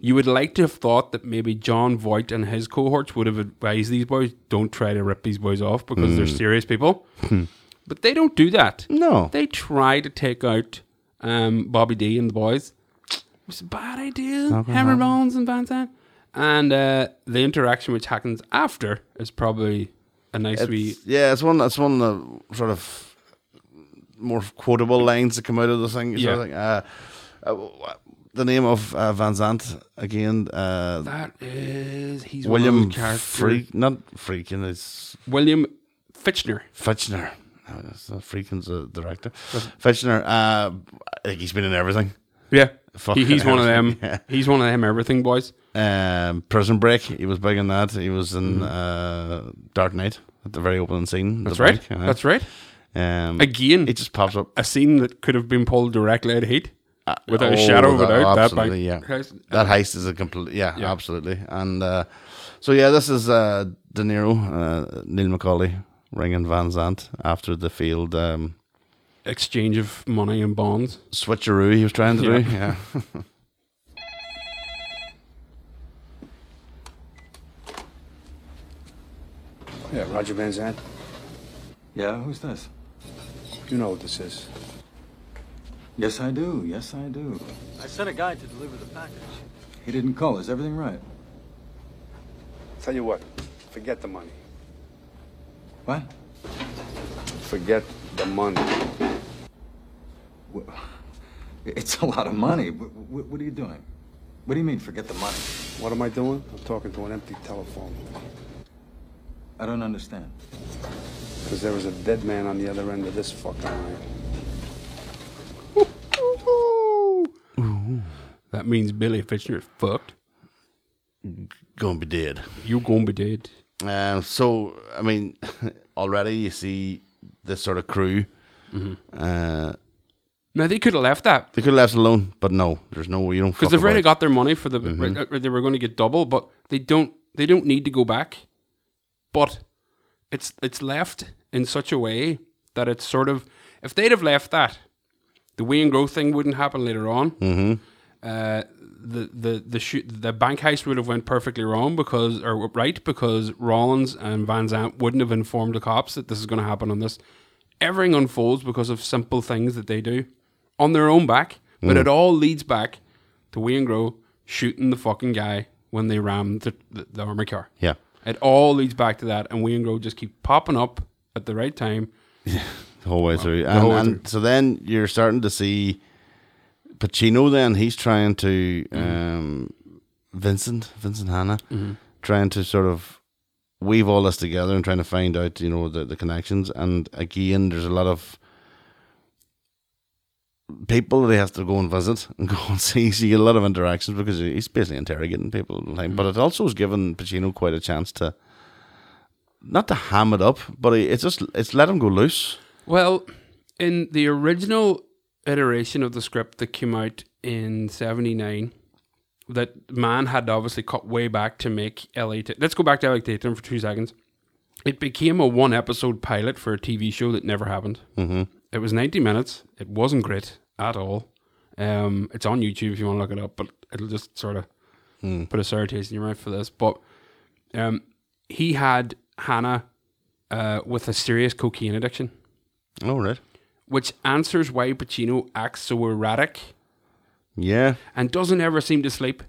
[SPEAKER 7] you would like to have thought that maybe John Voight and his cohorts would have advised these boys don't try to rip these boys off because they're serious people. but they don't do that.
[SPEAKER 6] No.
[SPEAKER 7] They try to take out um, Bobby D and the boys. It's a bad idea. Hammer Bones and Van Zandt. And uh, the interaction which happens after is probably a nice wee.
[SPEAKER 6] It's- yeah, it's one. That's one of the sort of more quotable lines that come out of the thing. Yeah.
[SPEAKER 7] Yeah.
[SPEAKER 6] uh, uh, wh- the name of uh, Van Zant again. Uh,
[SPEAKER 7] That is he's
[SPEAKER 6] William
[SPEAKER 7] William character.
[SPEAKER 6] Freak, not Freakin, it's
[SPEAKER 7] William Fitchner.
[SPEAKER 6] Fitchner. Uh, it's not Freakin's the director. Fitchner. Uh, I think he's been in everything.
[SPEAKER 7] Yeah,
[SPEAKER 6] Fucking
[SPEAKER 7] he, he's one of them.
[SPEAKER 6] (laughs) Yeah.
[SPEAKER 7] He's one of them everything boys.
[SPEAKER 6] Um, Prison Break. He was big in that. He was in uh, Dark Knight at the very opening scene.
[SPEAKER 7] Mm-hmm. That's right. That's right.
[SPEAKER 6] Um, (laughs)
[SPEAKER 7] Again,
[SPEAKER 6] it just pops up.
[SPEAKER 7] a scene that could have been pulled directly out of Heat without
[SPEAKER 6] Oh,
[SPEAKER 7] a shadow of a
[SPEAKER 6] that-
[SPEAKER 7] doubt. That
[SPEAKER 6] absolutely,
[SPEAKER 7] bank
[SPEAKER 6] yeah.
[SPEAKER 7] heist.
[SPEAKER 6] That heist is a complete, yeah,
[SPEAKER 7] Yeah.
[SPEAKER 6] absolutely. And uh, so, yeah, this is uh, De Niro, uh, Neil McCauley ringing Van Zant after the field um,
[SPEAKER 7] exchange of money and bonds.
[SPEAKER 6] switcheroo he was trying to
[SPEAKER 7] Yeah.
[SPEAKER 6] do. Yeah.
[SPEAKER 4] Yeah, Roger Van Zant.
[SPEAKER 8] Yeah, Uh, who's this?
[SPEAKER 4] You know what this is.
[SPEAKER 8] Yes, I do. Yes, I do.
[SPEAKER 9] I sent a guy to deliver the package.
[SPEAKER 8] He didn't call. Is everything right?
[SPEAKER 4] Tell you what, forget the money.
[SPEAKER 8] What?
[SPEAKER 4] Forget the money.
[SPEAKER 8] Wh- It's a lot of money. What, what are you doing? What do you mean, forget the money?
[SPEAKER 4] What am I doing? I'm talking to an empty telephone.
[SPEAKER 8] I don't understand.
[SPEAKER 4] Because there was a dead man on the other end of this fucking line.
[SPEAKER 7] That means Billy Fitchner is fucked.
[SPEAKER 6] Gonna be dead.
[SPEAKER 7] You're gonna be dead.
[SPEAKER 6] Um, so, I mean, (laughs) already you see this sort of crew.
[SPEAKER 7] Mm-hmm.
[SPEAKER 6] Uh,
[SPEAKER 7] Now they could have left that
[SPEAKER 6] they could have left it alone, but no, there's no way you don't
[SPEAKER 7] because
[SPEAKER 6] fuck
[SPEAKER 7] they've already
[SPEAKER 6] about.
[SPEAKER 7] got their money for the. right, uh, they were going to get double, but they don't. They don't need to go back. But it's it's left in such a way that it's sort of if they'd have left that, the Wayne Grove thing wouldn't happen later on. Mm-hmm. uh, the the the shoot the bank heist would have went perfectly wrong because or right because Rollins and Van Zant wouldn't have informed the cops that this is going to happen on this. Everything unfolds because of simple things that they do on their own back, but it all leads back to Wayne Grow shooting the fucking guy when they rammed the, the, the armored car.
[SPEAKER 6] Yeah.
[SPEAKER 7] It all leads back to that, and Wayne Grow just keep popping up at the right time.
[SPEAKER 6] the whole way through. And,
[SPEAKER 7] whole way
[SPEAKER 6] and so then you're starting to see Pacino. Then he's trying to um, Vincent, Vincent Hanna, trying to sort of weave all this together and trying to find out, you know, the, the connections. And again, there's a lot of people that he has to go and visit (laughs) and go and see. So you get a lot of interactions because he's basically interrogating people. all the time. But it also has given Pacino quite a chance to. Not to ham it up, but he- it's just it's let him go loose.
[SPEAKER 7] Well, in the original iteration of the script that came out in 79, that man had obviously cut way back to make LA. Ta- Let's go back to LA Tatum for two seconds. It became a one episode pilot for a TV show that never happened. Mm-hmm. It was 90 minutes. It wasn't great at all. Um, it's on YouTube if you want to look it up, but it'll just sort of put a sour taste in your mouth for this. But um, he had Hannah uh, with a serious cocaine addiction
[SPEAKER 6] All right.
[SPEAKER 7] which answers why Pacino acts so erratic
[SPEAKER 6] Yeah.
[SPEAKER 7] and doesn't ever seem to sleep.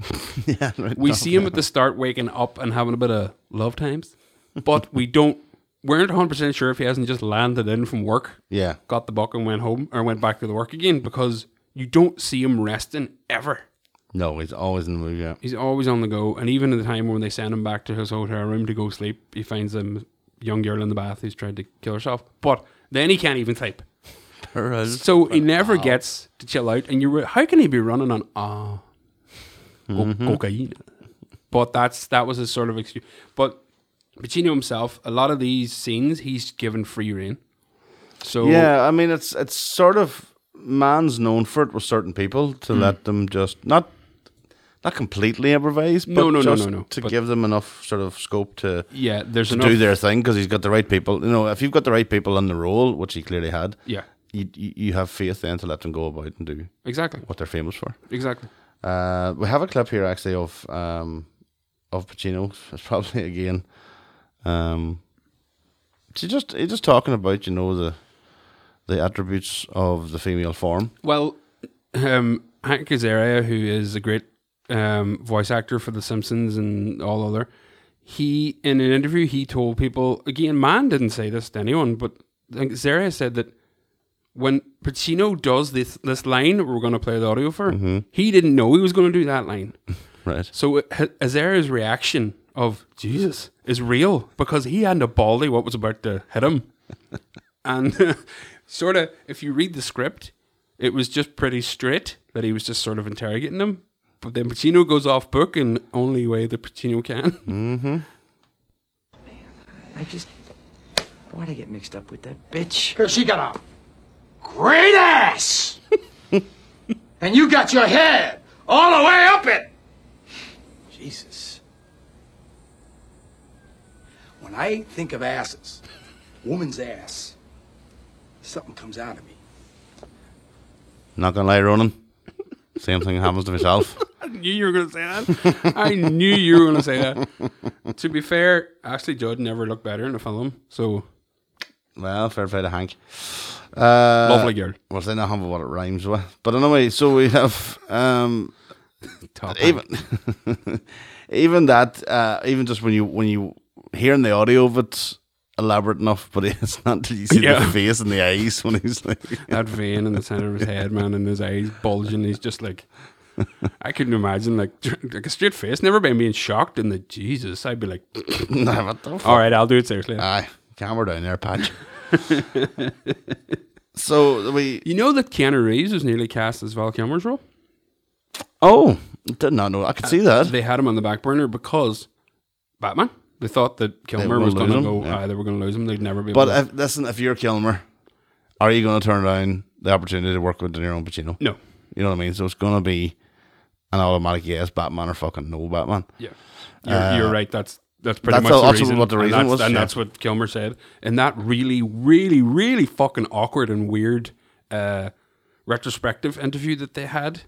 [SPEAKER 6] (laughs) Yeah. Right.
[SPEAKER 7] We see him at the start waking up and having a bit of love times, but we don't. We're not 100 percent sure if he hasn't just landed in from work,
[SPEAKER 6] Yeah.
[SPEAKER 7] got the buck, and went home or went back to the work again because you don't see him resting ever.
[SPEAKER 6] No, he's always in the movie. Yeah.
[SPEAKER 7] He's always on the go, and even at the time when they send him back to his hotel room to go sleep, he finds a young girl in the bath who's trying to kill herself. But then he can't even sleep. So he never
[SPEAKER 6] Ah.
[SPEAKER 7] gets to chill out, and you're how can he be running on ah co-
[SPEAKER 6] Mm-hmm.
[SPEAKER 7] cocaine? But that's that was his sort of excuse. But Pacino himself, a lot of these scenes, he's given free reign. So
[SPEAKER 6] Yeah, I mean it's it's sort of man's known for it with certain people
[SPEAKER 7] Mm.
[SPEAKER 6] to let them just not not completely improvise, but
[SPEAKER 7] No, no, no,
[SPEAKER 6] just
[SPEAKER 7] no, no,
[SPEAKER 6] to
[SPEAKER 7] but-
[SPEAKER 6] give them enough sort of scope to
[SPEAKER 7] yeah, there's
[SPEAKER 6] to
[SPEAKER 7] enough.
[SPEAKER 6] do their thing because he's got the right people. You know, if you've got the right people on the role, which he clearly had,
[SPEAKER 7] Yeah,
[SPEAKER 6] you, you you have faith then to let them go about and do
[SPEAKER 7] exactly,
[SPEAKER 6] what they're famous for.
[SPEAKER 7] exactly.
[SPEAKER 6] Uh, we have a clip here actually of um, of Pacino. (laughs) It's probably again. Um, she just he's just talking about you know the the attributes of the female form.
[SPEAKER 7] Well, um, Hank Azaria, who is a great um, voice actor for The Simpsons and all other, he in an interview he told people again, man didn't say this to anyone, but I think Azaria said that when Pacino does this this line, we're going to play the audio for. He didn't know he was going to do that line,
[SPEAKER 6] Right.
[SPEAKER 7] so it- Ha- Azaria's reaction of Jesus is real because he hadn't a baldy what was about to hit
[SPEAKER 6] (laughs)
[SPEAKER 7] him and (laughs) sort of if you read the script, it was just pretty straight that he was just sort of interrogating him. But then Pacino goes off book in only way that Pacino can. (laughs)
[SPEAKER 1] I just. Why'd I get mixed up with that bitch?
[SPEAKER 9] Because she got a great ass! and you got your head all the way up it! Jesus. When I think of asses, woman's ass, something comes out of me.
[SPEAKER 6] Not gonna lie, Ronan. Same thing happens to myself.
[SPEAKER 7] I knew you were going to
[SPEAKER 6] (laughs)
[SPEAKER 7] say that. I knew you were going to say that. to be fair, Ashley Judd never looked better in the film. So
[SPEAKER 6] Well, fair play to Hank. Uh,
[SPEAKER 7] lovely girl.
[SPEAKER 6] Well, then I don't have what it rhymes with. But anyway, so we have um,
[SPEAKER 7] Top
[SPEAKER 6] even (laughs) even that uh, even just when you when you hearing the audio of it elaborate enough but (laughs) it's not till you see
[SPEAKER 7] Yeah.
[SPEAKER 6] the face and the eyes when he's like
[SPEAKER 7] that vein in the center of his head, man, and his eyes bulging. He's just like, I couldn't imagine like like a straight face. Never been being shocked in the Jesus. I'd be like, (sniffs)
[SPEAKER 6] nah, what the fuck
[SPEAKER 7] all right, I'll do it seriously.
[SPEAKER 6] aye camera down there patch so we
[SPEAKER 7] You know that Keanu Reeves was nearly cast as Val Kilmer's role?
[SPEAKER 6] oh did not know I could see that
[SPEAKER 7] They had him on the back burner because Batman. They thought that Kilmer
[SPEAKER 6] were
[SPEAKER 7] was
[SPEAKER 6] gonna
[SPEAKER 7] going to
[SPEAKER 6] lose him,
[SPEAKER 7] go,
[SPEAKER 6] yeah.
[SPEAKER 7] uh, they were going to lose him. They'd never be able
[SPEAKER 6] but
[SPEAKER 7] to.
[SPEAKER 6] if, listen if you're Kilmer are you going to turn down the opportunity to work with De Niro and Pacino
[SPEAKER 7] no.
[SPEAKER 6] you know what I mean so it's going to be an automatic yes Batman or fucking no Batman
[SPEAKER 7] Yeah. You're, you're right. That's. That's pretty
[SPEAKER 6] Uh, that's
[SPEAKER 7] much the
[SPEAKER 6] also
[SPEAKER 7] reason.
[SPEAKER 6] what the reason
[SPEAKER 7] and that's,
[SPEAKER 6] was,
[SPEAKER 7] and
[SPEAKER 6] yeah.
[SPEAKER 7] that's what Kilmer said. And that really, really, really fucking awkward and weird uh, retrospective interview that they had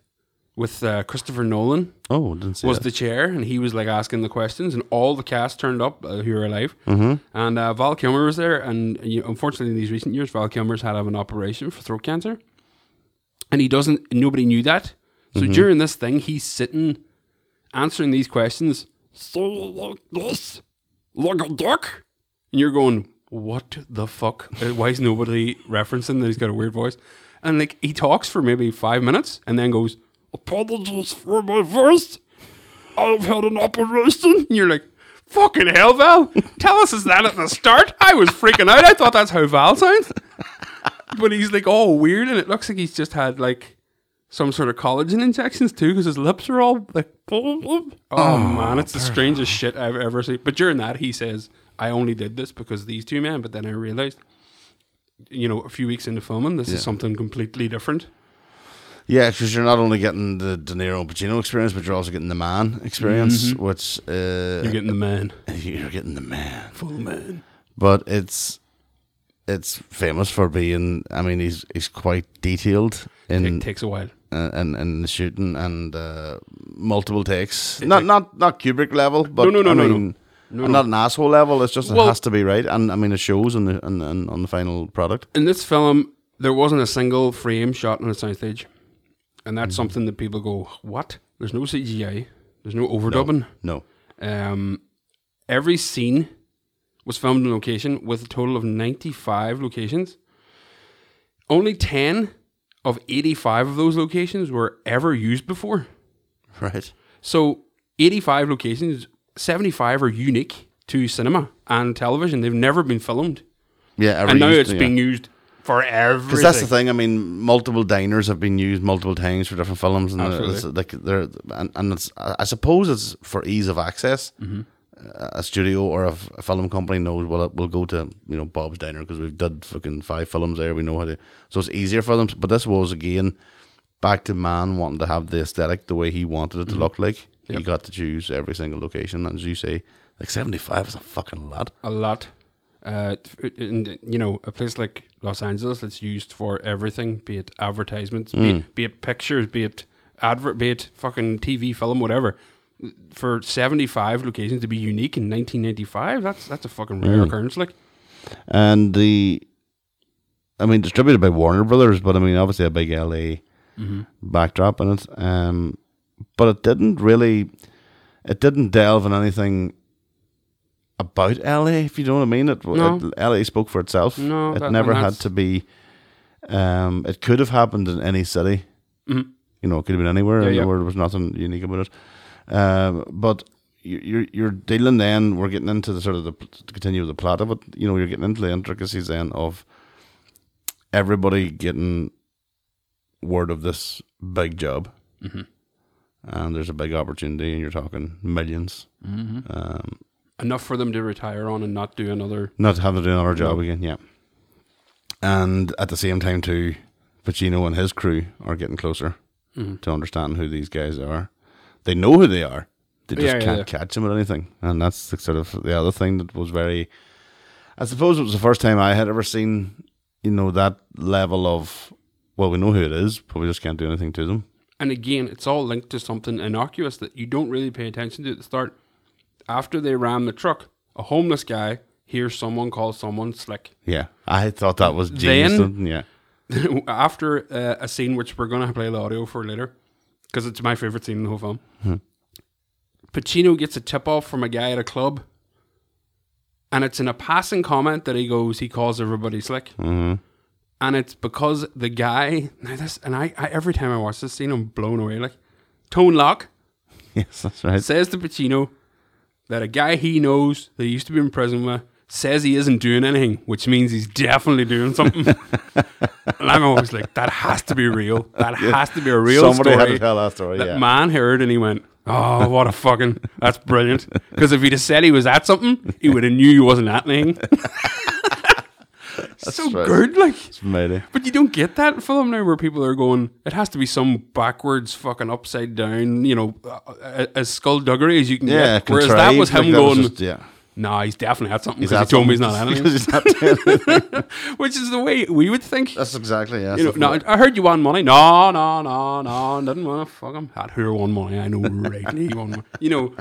[SPEAKER 7] with uh, Christopher Nolan
[SPEAKER 6] Oh, didn't see
[SPEAKER 7] was
[SPEAKER 6] that.
[SPEAKER 7] the chair, and he was like asking the questions, and all the cast turned up uh, who were alive. Mm-hmm. And uh, Val Kilmer was there, and you know, unfortunately, in these recent years, Val Kilmer's had to have an operation for throat cancer, and he doesn't. Nobody knew that. So during this thing, he's sitting answering these questions. So like this, like a duck, and you're going, "What the fuck? Uh, Why is nobody referencing that he's got a weird voice?" And like he talks for maybe five minutes, and then goes, "Apologies for my voice." I've had an operation. And you're like, fucking hell, Val. Tell us is that at the start? I was freaking out. I thought that's how Val sounds. But he's like all weird, and it looks like he's just had like some sort of collagen injections too, because his lips are all like. Oh, man, it's the strangest shit I've ever seen. But during that, he says, "I only did this because of these two men." But then I realized, you know, a few weeks into filming, this
[SPEAKER 6] Yeah.
[SPEAKER 7] is something completely different.
[SPEAKER 6] Yeah, because you're not only getting the De Niro Pacino experience, but you're also getting the man experience,
[SPEAKER 7] Mm-hmm.
[SPEAKER 6] which
[SPEAKER 7] You're
[SPEAKER 6] uh,
[SPEAKER 7] getting the man,
[SPEAKER 6] you're getting the man.
[SPEAKER 7] full man.
[SPEAKER 6] But it's it's famous for being. I mean, he's he's quite detailed in
[SPEAKER 7] It takes a while.
[SPEAKER 6] uh, in, in the shooting and uh, multiple takes. Not not not Kubrick level, but
[SPEAKER 7] no, no,
[SPEAKER 6] I
[SPEAKER 7] no, no.
[SPEAKER 6] mean,
[SPEAKER 7] No,
[SPEAKER 6] and
[SPEAKER 7] no.
[SPEAKER 6] not an asshole level. It's just it
[SPEAKER 7] Well-
[SPEAKER 6] has to be right, and I mean it shows on the on, on, on the final product.
[SPEAKER 7] in this film, there wasn't a single frame shot on a soundstage, and
[SPEAKER 6] Hmm.
[SPEAKER 7] that's something that people go, "What?" There's no CGI. There's no overdubbing.
[SPEAKER 6] No,
[SPEAKER 7] Um, every scene was filmed in location, with a total of 95 locations. Only 10 of 85 of those locations were ever used before.
[SPEAKER 6] right?
[SPEAKER 7] So 85 locations, 75 are unique to cinema and television. They've never been filmed,
[SPEAKER 6] Yeah,
[SPEAKER 7] and now
[SPEAKER 6] reused
[SPEAKER 7] it's
[SPEAKER 6] it, yeah.
[SPEAKER 7] being used for everything.
[SPEAKER 6] Because that's the thing. I mean, multiple diners have been used multiple times for different films, and
[SPEAKER 7] Absolutely.
[SPEAKER 6] it's like they're and, and it's, I I suppose it's for ease of access.
[SPEAKER 7] Mm-hmm.
[SPEAKER 6] A studio or a, f- a film company knows well we'll go to you know Bob's Diner because we've done fucking five films there. We know how to, so it's easier for them. But this was again back to man wanting to have the aesthetic the way he wanted
[SPEAKER 7] Mm-hmm.
[SPEAKER 6] it to look like. He got to choose every single location, and as you say, like seventy five is a fucking lot.
[SPEAKER 7] a lot. Uh, t- in, you know, a place like Los Angeles that's used for everything, be it advertisements, be, it, be it pictures, be it advert, be it fucking TV, film, whatever. For seventy-five locations to be unique in nineteen ninety-five, that's that's a fucking rare occurrence. Like,
[SPEAKER 6] and the I mean distributed by Warner Brothers, but I mean obviously a big LA
[SPEAKER 7] Mm-hmm.
[SPEAKER 6] backdrop in it. Um, but it didn't really, it didn't delve in anything about LA. If you know what I mean, it,
[SPEAKER 7] No.
[SPEAKER 6] it LA spoke for itself.
[SPEAKER 7] No,
[SPEAKER 6] it
[SPEAKER 7] that-
[SPEAKER 6] never
[SPEAKER 7] and
[SPEAKER 6] had
[SPEAKER 7] that's-
[SPEAKER 6] to be. Um, it could have happened in any city. You know, it could have been anywhere.
[SPEAKER 7] Yeah,
[SPEAKER 6] and
[SPEAKER 7] yeah.
[SPEAKER 6] There was nothing unique about it. Um, but you- you're you're dealing then. We're getting into the sort of the pl- to continue the plot of it. You know, you're getting into the intricacies then of everybody getting word of this big job.
[SPEAKER 7] Mm-hmm.
[SPEAKER 6] And there's a big opportunity, and you're talking 1000000s
[SPEAKER 7] enough for them to retire on and not do another.
[SPEAKER 6] Not having to do another job again, yeah. And at the same time, too, Pacino and his crew are getting closer
[SPEAKER 7] Mm-hmm.
[SPEAKER 6] to understanding who these guys are. They know who they are. They just
[SPEAKER 7] Yeah, yeah,
[SPEAKER 6] can't
[SPEAKER 7] yeah.
[SPEAKER 6] catch them at anything. And that's the, sort of the other thing that was very. I suppose it was the first time I had ever seen, you know, that level of. Well, we know who it is, but we just can't do anything to them.
[SPEAKER 7] And again, it's all linked to something innocuous that you don't really pay attention to at the start. After they ram the truck, a homeless guy hears someone call someone slick.
[SPEAKER 6] Yeah, I thought that was genius.
[SPEAKER 7] Then-
[SPEAKER 6] didn't- yeah, (laughs)
[SPEAKER 7] (laughs) after uh, a scene which we're gonna play the audio for later because it's my favorite scene in the whole film. Pacino gets a tip off from a guy at a club, and it's in a passing comment that he goes, he calls everybody slick, and it's because the guy now this and I, I every time I watch this scene I'm blown away like Tone Lock
[SPEAKER 6] yes, that's right.
[SPEAKER 7] uh, says to Pacino that a guy he knows that he used to be in prison with says he isn't doing anything, which means he's definitely doing
[SPEAKER 6] (laughs)
[SPEAKER 7] something. and I'm always like, that has to be real. That has to be a real
[SPEAKER 6] Somebody
[SPEAKER 7] story.
[SPEAKER 6] had to tell that story. yeah.
[SPEAKER 7] man heard and he went, oh, what a fucking, that's brilliant. Because if he'd have said he was at something, he would have knew he wasn't
[SPEAKER 6] (laughs)
[SPEAKER 7] at anything. (laughs) so
[SPEAKER 6] right.
[SPEAKER 7] good, like.
[SPEAKER 6] It's mighty.
[SPEAKER 7] But you don't get that in film now where people are going, it has to be some backwards, fucking upside down, you know, uh, uh, as skullduggery as you can
[SPEAKER 6] Yeah,
[SPEAKER 7] get. Whereas that was him
[SPEAKER 6] contrived, like
[SPEAKER 7] going,
[SPEAKER 6] just- yeah.
[SPEAKER 7] No, he's definitely had something
[SPEAKER 6] He's
[SPEAKER 7] (laughs) because
[SPEAKER 6] had
[SPEAKER 7] he told me he's not
[SPEAKER 6] something
[SPEAKER 7] had
[SPEAKER 6] because
[SPEAKER 7] anything.
[SPEAKER 6] he's not (laughs) dead.
[SPEAKER 7] (laughs) Which is the way we would think.
[SPEAKER 6] That's exactly yeah.
[SPEAKER 7] You know,
[SPEAKER 6] that's
[SPEAKER 7] no,
[SPEAKER 6] the-
[SPEAKER 7] I heard you won money. No, no, no, no. Didn't want to fuck him. That who won money. I know rightly he won money. You know,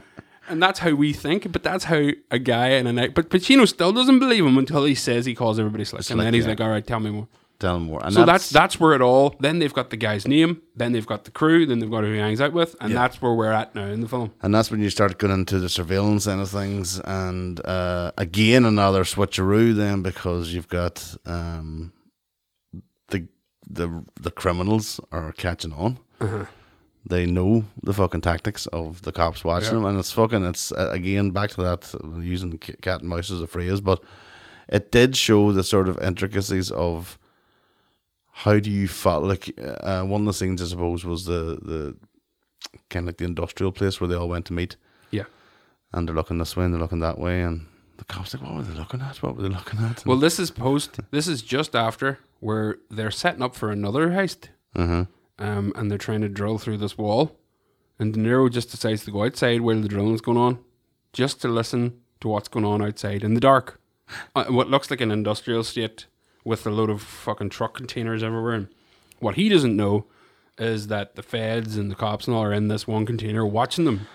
[SPEAKER 7] and that's how we think. But that's how a guy in a night. But Pacino still doesn't believe him until he says he calls everybody slick, and
[SPEAKER 6] Slick,
[SPEAKER 7] then he's
[SPEAKER 6] yeah.
[SPEAKER 7] like, "All right, tell me more."
[SPEAKER 6] tell him more. And
[SPEAKER 7] so that's, that's where it all. Then they've got the guy's name. Then they've got the crew. Then they've got who he hangs out with, and
[SPEAKER 6] Yeah.
[SPEAKER 7] that's where we're at now in the film.
[SPEAKER 6] And that's when you start going into the surveillance end of things, and uh, again another switcheroo then because you've got um, the the the criminals are catching on. They know the fucking tactics of the cops watching them, and it's fucking. It's uh, again back to that uh, using c- cat and mouse as a phrase, but it did show the sort of intricacies of how do you follow. Like uh, one of the scenes, I suppose, was the the kind of like the industrial place where they all went to meet
[SPEAKER 7] Yeah.
[SPEAKER 6] and they're looking this way and they're looking that way and the cops like what were they looking at what were they looking at And-
[SPEAKER 7] Well, this is post. This is just after where they're setting up for another heist,
[SPEAKER 6] Mm-hmm.
[SPEAKER 7] um, and they're trying to drill through this wall, and De Niro just decides to go outside while the drilling's going on, just to listen to what's going on outside in the dark, uh, what looks like an industrial estate with a load of fucking truck containers everywhere. And what he doesn't know is that the feds and the cops and all are in this one container watching them,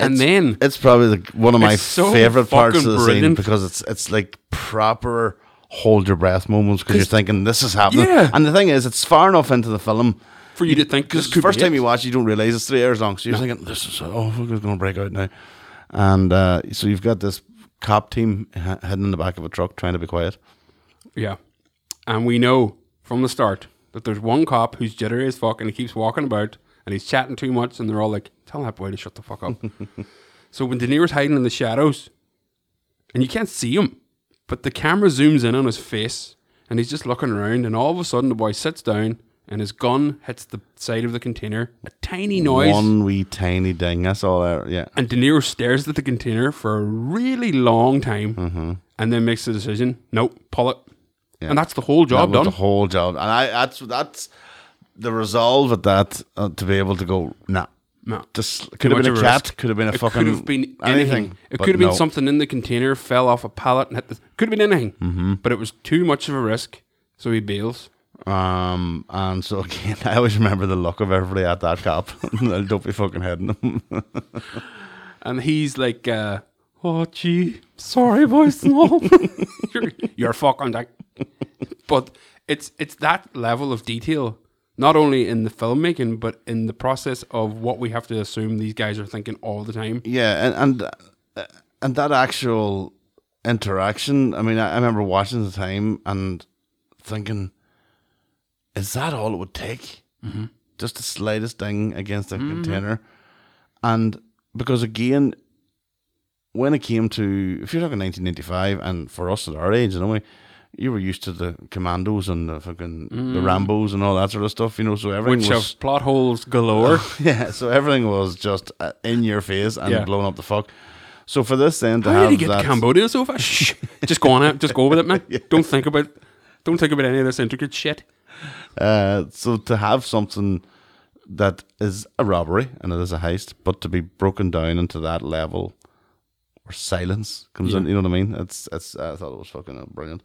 [SPEAKER 7] and then
[SPEAKER 6] it's probably the, one of my
[SPEAKER 7] It's so
[SPEAKER 6] favorite parts of
[SPEAKER 7] fucking
[SPEAKER 6] the scene
[SPEAKER 7] brilliant.
[SPEAKER 6] because it's it's like proper hold your breath moments because you're thinking this is happening
[SPEAKER 7] Yeah.
[SPEAKER 6] and the thing is it's far enough into the film
[SPEAKER 7] for you to think
[SPEAKER 6] because
[SPEAKER 7] this could be
[SPEAKER 6] the first time
[SPEAKER 7] it.
[SPEAKER 6] you watch it, you don't realize it's three hours long so you're thinking this is oh fuck, it's going to break out now and uh, so you've got this cop team h- hidden in the back of a truck trying to be quiet
[SPEAKER 7] Yeah. And we know from the start that there's one cop who's jittery as fuck and he keeps walking about and he's chatting too much and they're all like, tell that boy to shut the fuck
[SPEAKER 6] (laughs)
[SPEAKER 7] up. so when De Niro's hiding in the shadows and you can't see him, but the camera zooms in on his face and he's just looking around and all of a sudden the boy sits down and his gun hits the side of the container, a tiny noise.
[SPEAKER 6] one wee tiny ding that's all I, yeah
[SPEAKER 7] And De Niro stares at the container for a really long time
[SPEAKER 6] Mm-hmm.
[SPEAKER 7] and then makes the decision, nope, pull it. And that's the whole job
[SPEAKER 6] That was
[SPEAKER 7] done.
[SPEAKER 6] The whole job, and I that's that's the resolve at that uh, to be able to go nah.
[SPEAKER 7] No.
[SPEAKER 6] Just
[SPEAKER 7] Too
[SPEAKER 6] could have
[SPEAKER 7] much
[SPEAKER 6] been
[SPEAKER 7] of
[SPEAKER 6] a
[SPEAKER 7] a
[SPEAKER 6] cat,
[SPEAKER 7] risk.
[SPEAKER 6] could have been a
[SPEAKER 7] It
[SPEAKER 6] fucking
[SPEAKER 7] could have been
[SPEAKER 6] anything. but
[SPEAKER 7] It could have been
[SPEAKER 6] no.
[SPEAKER 7] something in the container, fell off a pallet, and hit the. Could have been anything. Mm-hmm. But it was too much of a risk, so he bails.
[SPEAKER 6] Um, and so (laughs) again, I always remember the look of everybody at that cop. (laughs) Don't be fucking heading them.
[SPEAKER 7] And he's like, uh, "Oh, gee, sorry, boys, no, (laughs) you're, you're fucking like." But it's it's that level of detail, not only in the filmmaking, but in the process of what we have to assume these guys are thinking all the time.
[SPEAKER 6] yeah, and and uh, and that actual interaction. I mean, I, I remember watching the time and thinking, is that all it would take?
[SPEAKER 7] Mm-hmm.
[SPEAKER 6] Just the slightest thing against a container, and because again, when it came to if you're talking 1995, and for us at our age, anyway. You were used to the commandos and the fucking the Rambo's and all that sort of stuff, you know. So everything
[SPEAKER 7] Mm. Which
[SPEAKER 6] was
[SPEAKER 7] have plot holes galore.
[SPEAKER 6] (laughs) yeah, so everything was just uh, in your face and
[SPEAKER 7] Yeah.
[SPEAKER 6] blown up the fuck. So for this then to
[SPEAKER 7] How
[SPEAKER 6] have
[SPEAKER 7] did he get
[SPEAKER 6] that,
[SPEAKER 7] Cambodia so fast? Shh. just go on it. Just go with it, man. (laughs) Don't think about don't think about any of this intricate shit.
[SPEAKER 6] uh, so to have something that is a robbery and it is a heist, but to be broken down into that level where silence comes in, you know what I mean? It's it's I thought it was fucking uh, brilliant,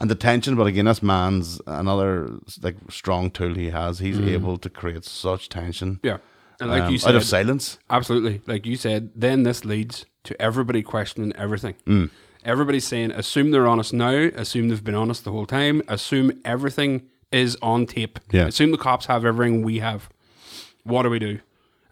[SPEAKER 6] and the tension. But again, that's man's another like strong tool he has. He's able to create such tension.
[SPEAKER 7] Mm. Yeah. And like
[SPEAKER 6] um,
[SPEAKER 7] you
[SPEAKER 6] out of
[SPEAKER 7] said,
[SPEAKER 6] silence.
[SPEAKER 7] absolutely. Like you said, then this leads to everybody questioning everything. Everybody's saying, assume they're honest now, assume they've been honest the whole time, assume everything is on tape.
[SPEAKER 6] Yeah.
[SPEAKER 7] Assume the cops have everything we have. What do we do?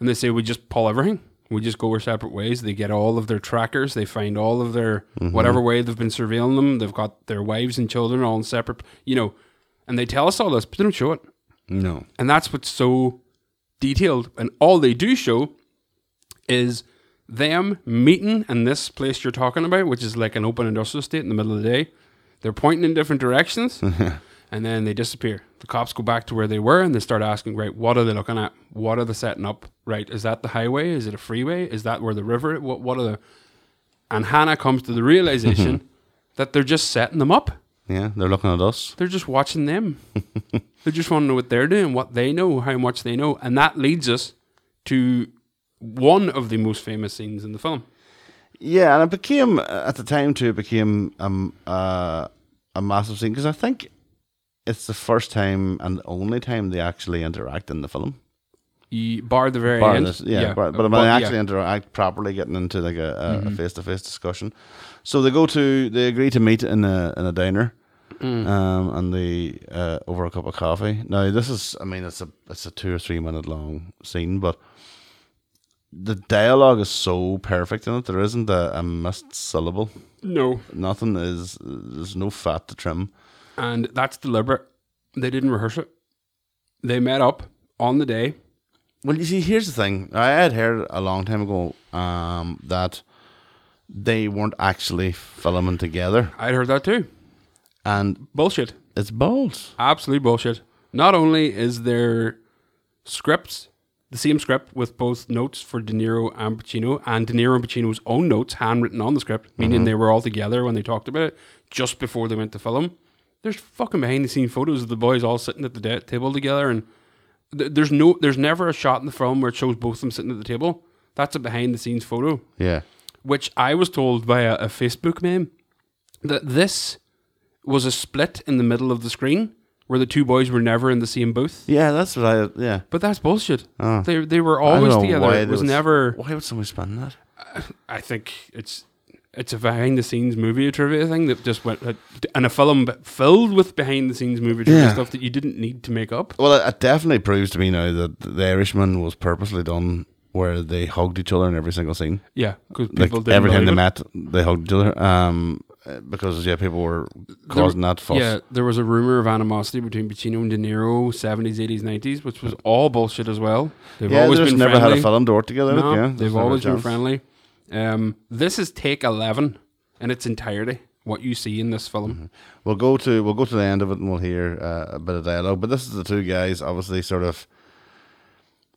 [SPEAKER 7] And they say, we just pull everything. We just go our separate ways. They get all of their trackers. They find all of their whatever way they've been surveilling them. They've got their wives and children all in separate, you know, and they tell us all this, but they don't show it.
[SPEAKER 6] No,
[SPEAKER 7] And that's what's so detailed. And all they do show is them meeting in this place you're talking about, which is like an open industrial estate in the middle of the day. They're pointing in different directions and then they disappear. The cops go back to where they were and they start asking, right, what are they looking at? What are they setting up? Right, is that the highway? Is it a freeway? Is that where the river? What, what are the. And Hannah comes to the realization that they're just setting them up.
[SPEAKER 6] yeah, they're looking at us.
[SPEAKER 7] They're just
[SPEAKER 6] (laughs)
[SPEAKER 7] watching them. they just want to know what they're doing, what they know, how much they know. And that leads us to one of the most famous scenes in the film.
[SPEAKER 6] Yeah, and it became at the time too. It became um uh, a massive scene because I think it's the first time and the only time they actually interact in the film.
[SPEAKER 7] You bar the very
[SPEAKER 6] Bar
[SPEAKER 7] end. Uh,
[SPEAKER 6] this- yeah, bar- but, when they actually interact properly, getting into like a a- a face to face discussion. So they go to they agree to meet in a in a diner, um, and they uh, over a cup of coffee. Now this is, I mean, it's a it's a two or three minute long scene, but the dialogue is so perfect in it. There isn't a, a missed syllable.
[SPEAKER 7] no,
[SPEAKER 6] Nothing is. There's no fat to trim.
[SPEAKER 7] and that's deliberate. They didn't rehearse it. They met up on the day.
[SPEAKER 6] Well, you see, here's the thing. I had heard a long time ago um, that they weren't actually filming together,
[SPEAKER 7] I'd heard that too.
[SPEAKER 6] and
[SPEAKER 7] Bullshit.
[SPEAKER 6] it's balls.
[SPEAKER 7] Absolute bullshit. Not only is there scripts, the same script with both notes for De Niro and Pacino, and De Niro and Pacino's own notes handwritten on the script, meaning they were all together when they talked about it just before they went to film. There's fucking behind the scene photos of the boys all sitting at the de- table together, and th- there's no, there's never a shot in the film where it shows both of them sitting at the table. That's a behind the scenes photo
[SPEAKER 6] Yeah,
[SPEAKER 7] which I was told via a Facebook meme that this was a split in the middle of the screen where the two boys were never in the same booth.
[SPEAKER 6] yeah, that's what I. Yeah,
[SPEAKER 7] But that's bullshit.
[SPEAKER 6] Oh.
[SPEAKER 7] They they were
[SPEAKER 6] I don't
[SPEAKER 7] always
[SPEAKER 6] know
[SPEAKER 7] together.
[SPEAKER 6] why
[SPEAKER 7] It
[SPEAKER 6] they
[SPEAKER 7] was
[SPEAKER 6] would-
[SPEAKER 7] never.
[SPEAKER 6] Why would somebody spend that?
[SPEAKER 7] I think it's it's a behind the scenes movie trivia thing that just went uh, and a film filled with behind the scenes movie trivia
[SPEAKER 6] Yeah.
[SPEAKER 7] stuff that you didn't need to make up.
[SPEAKER 6] Well, it, it definitely proves to me now that the Irishman was purposely done where they hugged each other in every single scene.
[SPEAKER 7] Yeah, because people
[SPEAKER 6] Like
[SPEAKER 7] didn't
[SPEAKER 6] every time
[SPEAKER 7] believe
[SPEAKER 6] they
[SPEAKER 7] it.
[SPEAKER 6] met, they hugged each other. Um, uh, because yeah, people were causing that fuss.
[SPEAKER 7] Yeah, there was a rumor of animosity between Pacino and De Niro, 70s, 80s, 90s, which was all bullshit as well. They've
[SPEAKER 6] yeah,
[SPEAKER 7] always
[SPEAKER 6] they just
[SPEAKER 7] been
[SPEAKER 6] never
[SPEAKER 7] friendly.
[SPEAKER 6] had a film to work together.
[SPEAKER 7] No,
[SPEAKER 6] with, yeah, There's
[SPEAKER 7] they've
[SPEAKER 6] never a
[SPEAKER 7] always been
[SPEAKER 6] chance.
[SPEAKER 7] friendly. Um, this is take 11 in its entirety, what you see in this film.
[SPEAKER 6] We'll go to we'll go to the end of it and we'll hear uh, a bit of dialogue. But this is the two guys obviously sort of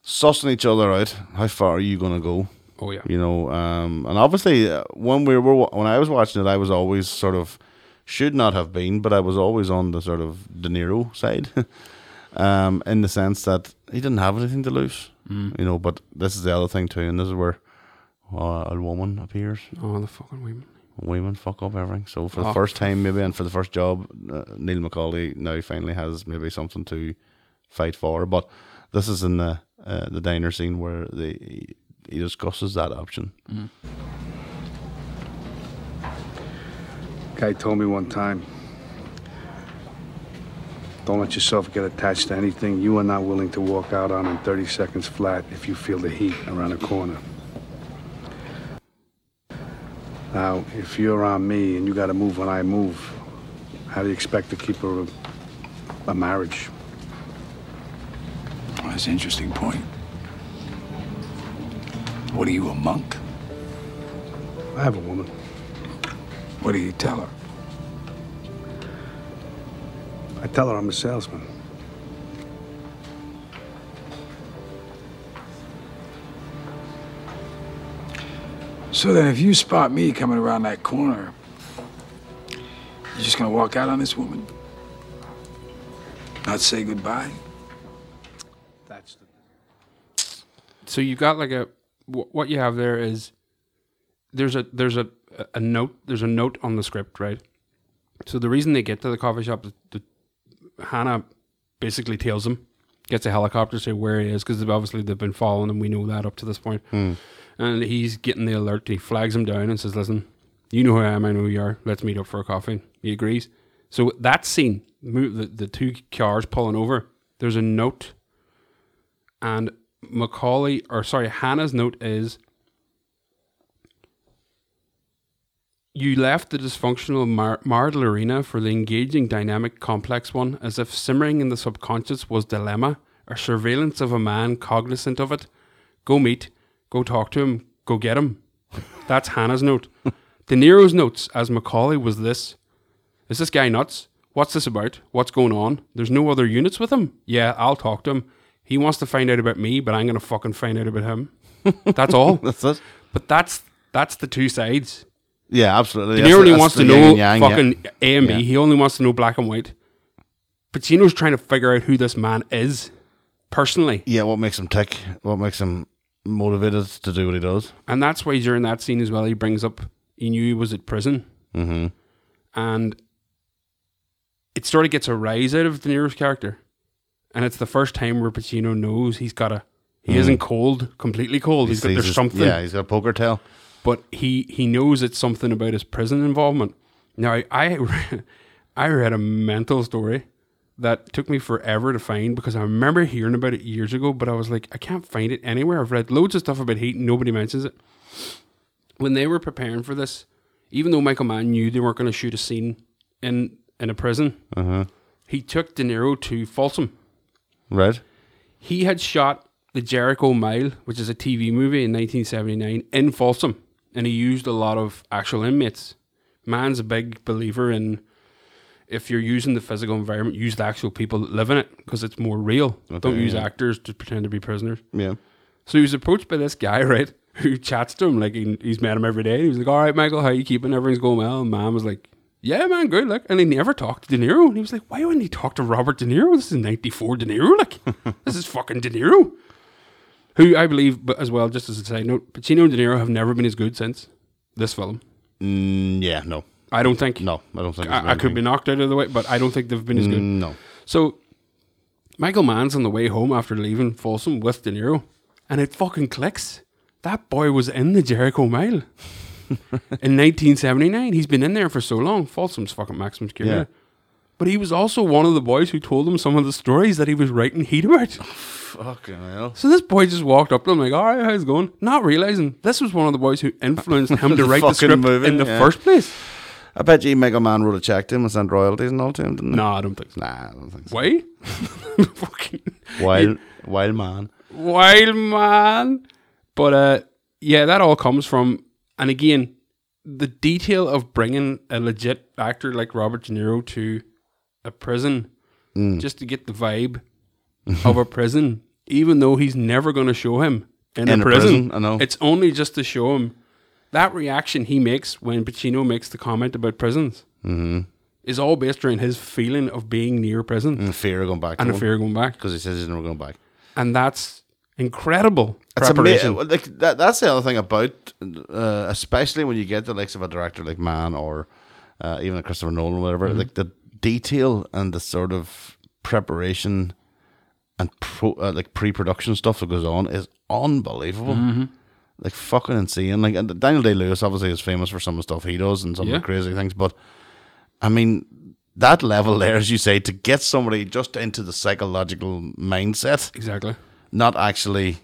[SPEAKER 6] sussing each other out. How far are you gonna go?
[SPEAKER 7] Oh, yeah.
[SPEAKER 6] You know, um, and obviously uh, when we were when I was watching it, I was always sort of should not have been, but I was always on the sort of De Niro side, (laughs) um, in the sense that he didn't have anything to lose.
[SPEAKER 7] Mm.
[SPEAKER 6] You know, but this is the other thing too, and this is where uh, a woman appears
[SPEAKER 7] Oh, the fucking women.
[SPEAKER 6] women fuck up everything. So for the
[SPEAKER 7] Oh.
[SPEAKER 6] first time, maybe, and for the first job, uh, Neil McCauley now finally has maybe something to fight for. But this is in the uh, the diner scene where the he discusses that option.
[SPEAKER 4] Guy told me one time don't let yourself get attached to anything you are not willing to walk out on in 30 seconds flat if you feel the heat around a corner. Now, if you're on me and you gotta move when I move, how do you expect to keep a, a marriage?
[SPEAKER 8] Well, that's an interesting point. What are you, a monk?
[SPEAKER 4] I have a woman.
[SPEAKER 8] What do you tell her?
[SPEAKER 4] I tell her I'm a salesman.
[SPEAKER 8] So then, if you spot me coming around that corner, you're just gonna walk out on this woman? Not say goodbye?
[SPEAKER 4] That's the.
[SPEAKER 7] So you got like a wh- what you have there is there's a there's a a note there's a note on the script right. So the reason they get to the coffee shop, the, the Hannah basically tells them, gets a helicopter to say where he is because obviously they've been following him. We know that up to this point, and he's getting the alert. He flags him down and says, "Listen, you know who I am. I know who you are. Let's meet up for a coffee." He agrees. So that scene, mo- the the two cars pulling over, there's a note and Macaulay, or sorry, Hannah's note is You left the dysfunctional mar- marital arena for the engaging, dynamic, complex one, as if simmering in the subconscious was dilemma, or surveillance of a man cognizant of it. Go meet, go talk to him, go get him. (laughs) That's Hannah's note. De Niro's notes as Macaulay was this Is this guy nuts? What's this about? What's going on? There's no other units with him? Yeah, I'll talk to him. He wants to find out about me, but I'm going to fucking find out about him. (laughs) That's
[SPEAKER 6] (laughs)
[SPEAKER 7] all.
[SPEAKER 6] That's it.
[SPEAKER 7] but that's that's the two sides.
[SPEAKER 6] Yeah, absolutely.
[SPEAKER 7] De
[SPEAKER 6] That's
[SPEAKER 7] Niro
[SPEAKER 6] the-
[SPEAKER 7] only
[SPEAKER 6] that's
[SPEAKER 7] wants
[SPEAKER 6] the
[SPEAKER 7] to
[SPEAKER 6] yin
[SPEAKER 7] know
[SPEAKER 6] and yang, yeah.
[SPEAKER 7] fucking A and B.
[SPEAKER 6] Yeah.
[SPEAKER 7] He only wants to know black and white. Pacino's trying to figure out who this man is personally.
[SPEAKER 6] Yeah, what makes him tick? What makes him motivated to do what he does.
[SPEAKER 7] And that's why during that scene as well, he brings up he knew he was at prison. Mm-hmm. And it sort of gets a rise out of De Niro's character. And it's the first time where Pacino knows he's got a. He
[SPEAKER 6] Mm.
[SPEAKER 7] isn't cold, completely cold. he's got
[SPEAKER 6] He's
[SPEAKER 7] there's
[SPEAKER 6] just-
[SPEAKER 7] something,
[SPEAKER 6] Yeah, he's got a poker tail.
[SPEAKER 7] but he he knows it's something about his prison involvement. Now I (laughs) re- I read a mental story that took me forever to find because I remember hearing about it years ago, but I was like, I can't find it anywhere. I've read loads of stuff about hate, and nobody mentions it. When they were preparing for this, even though Michael Mann knew they weren't going to shoot a scene in in a prison, he took De Niro to Folsom.
[SPEAKER 6] Right?
[SPEAKER 7] He had shot the Jericho Mile, which is a TV movie in 1979, in Folsom, and he used a lot of actual inmates. Man's a big believer in if you're using the physical environment, use the actual people that live in it because it's more real. Don't use actors to pretend to be prisoners.
[SPEAKER 6] Yeah.
[SPEAKER 7] So he was approached by this guy, (laughs) right, who chats to him like he, he's met him every day. He was like, "All right, Michael, how you keeping? Everything's going well." And man was like, "Yeah, man, good." Like, and he never talked to De Niro. And he was like, "Why wouldn't he talk to Robert De Niro? This is '94 De Niro. Like, this is fucking De Niro." Who I believe, but as well, just as a side note, Pacino and De Niro have never been as good since this film.
[SPEAKER 6] Mm, yeah, no.
[SPEAKER 7] I don't think.
[SPEAKER 6] No, Mm, I don't think it's
[SPEAKER 7] I, I could be knocked out of the way, but I don't think they've been as good.
[SPEAKER 6] No.
[SPEAKER 7] So Michael Mann's on the way home after leaving Folsom with De Niro, and it fucking clicks. That boy was in the
[SPEAKER 6] (laughs)
[SPEAKER 7] Jericho Mile in 1979. He's been in there for so long. Folsom's fucking Maxim's Curia.
[SPEAKER 6] Yeah.
[SPEAKER 7] But he was also one of the boys who told him some of the stories that he was writing
[SPEAKER 6] (laughs)
[SPEAKER 7] heat about.
[SPEAKER 6] Fucking hell.
[SPEAKER 7] So this boy just walked up to him like, "All right, how's it going?" Not realizing this was one of the boys who influenced
[SPEAKER 6] (laughs)
[SPEAKER 7] him to
[SPEAKER 6] The
[SPEAKER 7] write
[SPEAKER 6] fucking
[SPEAKER 7] the script
[SPEAKER 6] movie,
[SPEAKER 7] in the
[SPEAKER 6] yeah.
[SPEAKER 7] first
[SPEAKER 6] (laughs)
[SPEAKER 7] place.
[SPEAKER 6] I bet you Mega Man wrote a check to him and sent royalties and all to him, didn't he?
[SPEAKER 7] No, I don't think so.
[SPEAKER 6] Nah, I don't think so.
[SPEAKER 7] Why? (laughs) fucking
[SPEAKER 6] Wild, wild man.
[SPEAKER 7] wild man. But uh, yeah, that all comes from, and again, the detail of bringing a legit actor like Robert De Niro to a prison
[SPEAKER 6] Mm.
[SPEAKER 7] just to get the vibe of a prison, even though he's never going to show him in,
[SPEAKER 6] In
[SPEAKER 7] a
[SPEAKER 6] a
[SPEAKER 7] prison.
[SPEAKER 6] prison, I know.
[SPEAKER 7] It's only just to show him that reaction he makes when Pacino makes the comment about prisons. Mm-hmm. Is all based around his feeling of being near prison
[SPEAKER 6] And the fear of going back.
[SPEAKER 7] and a fear of going back,
[SPEAKER 6] Mm, Because he says he's never going back.
[SPEAKER 7] and that's incredible
[SPEAKER 6] It's
[SPEAKER 7] preparation.
[SPEAKER 6] amazing. Like, that, that's the other thing about, uh, especially when you get the likes of a director like Mann or uh, even a Christopher Nolan, whatever.
[SPEAKER 7] Mm-hmm.
[SPEAKER 6] Like the detail and the sort of preparation and pro, uh, like pre-production stuff that goes on is unbelievable.
[SPEAKER 7] Mm-hmm.
[SPEAKER 6] Like fucking insane. Like and Daniel Day Lewis obviously is famous for some of the stuff he does and some
[SPEAKER 7] Yeah.
[SPEAKER 6] of the crazy things, but I mean that level there, as you say, to get somebody just into the psychological mindset,
[SPEAKER 7] Exactly.
[SPEAKER 6] not actually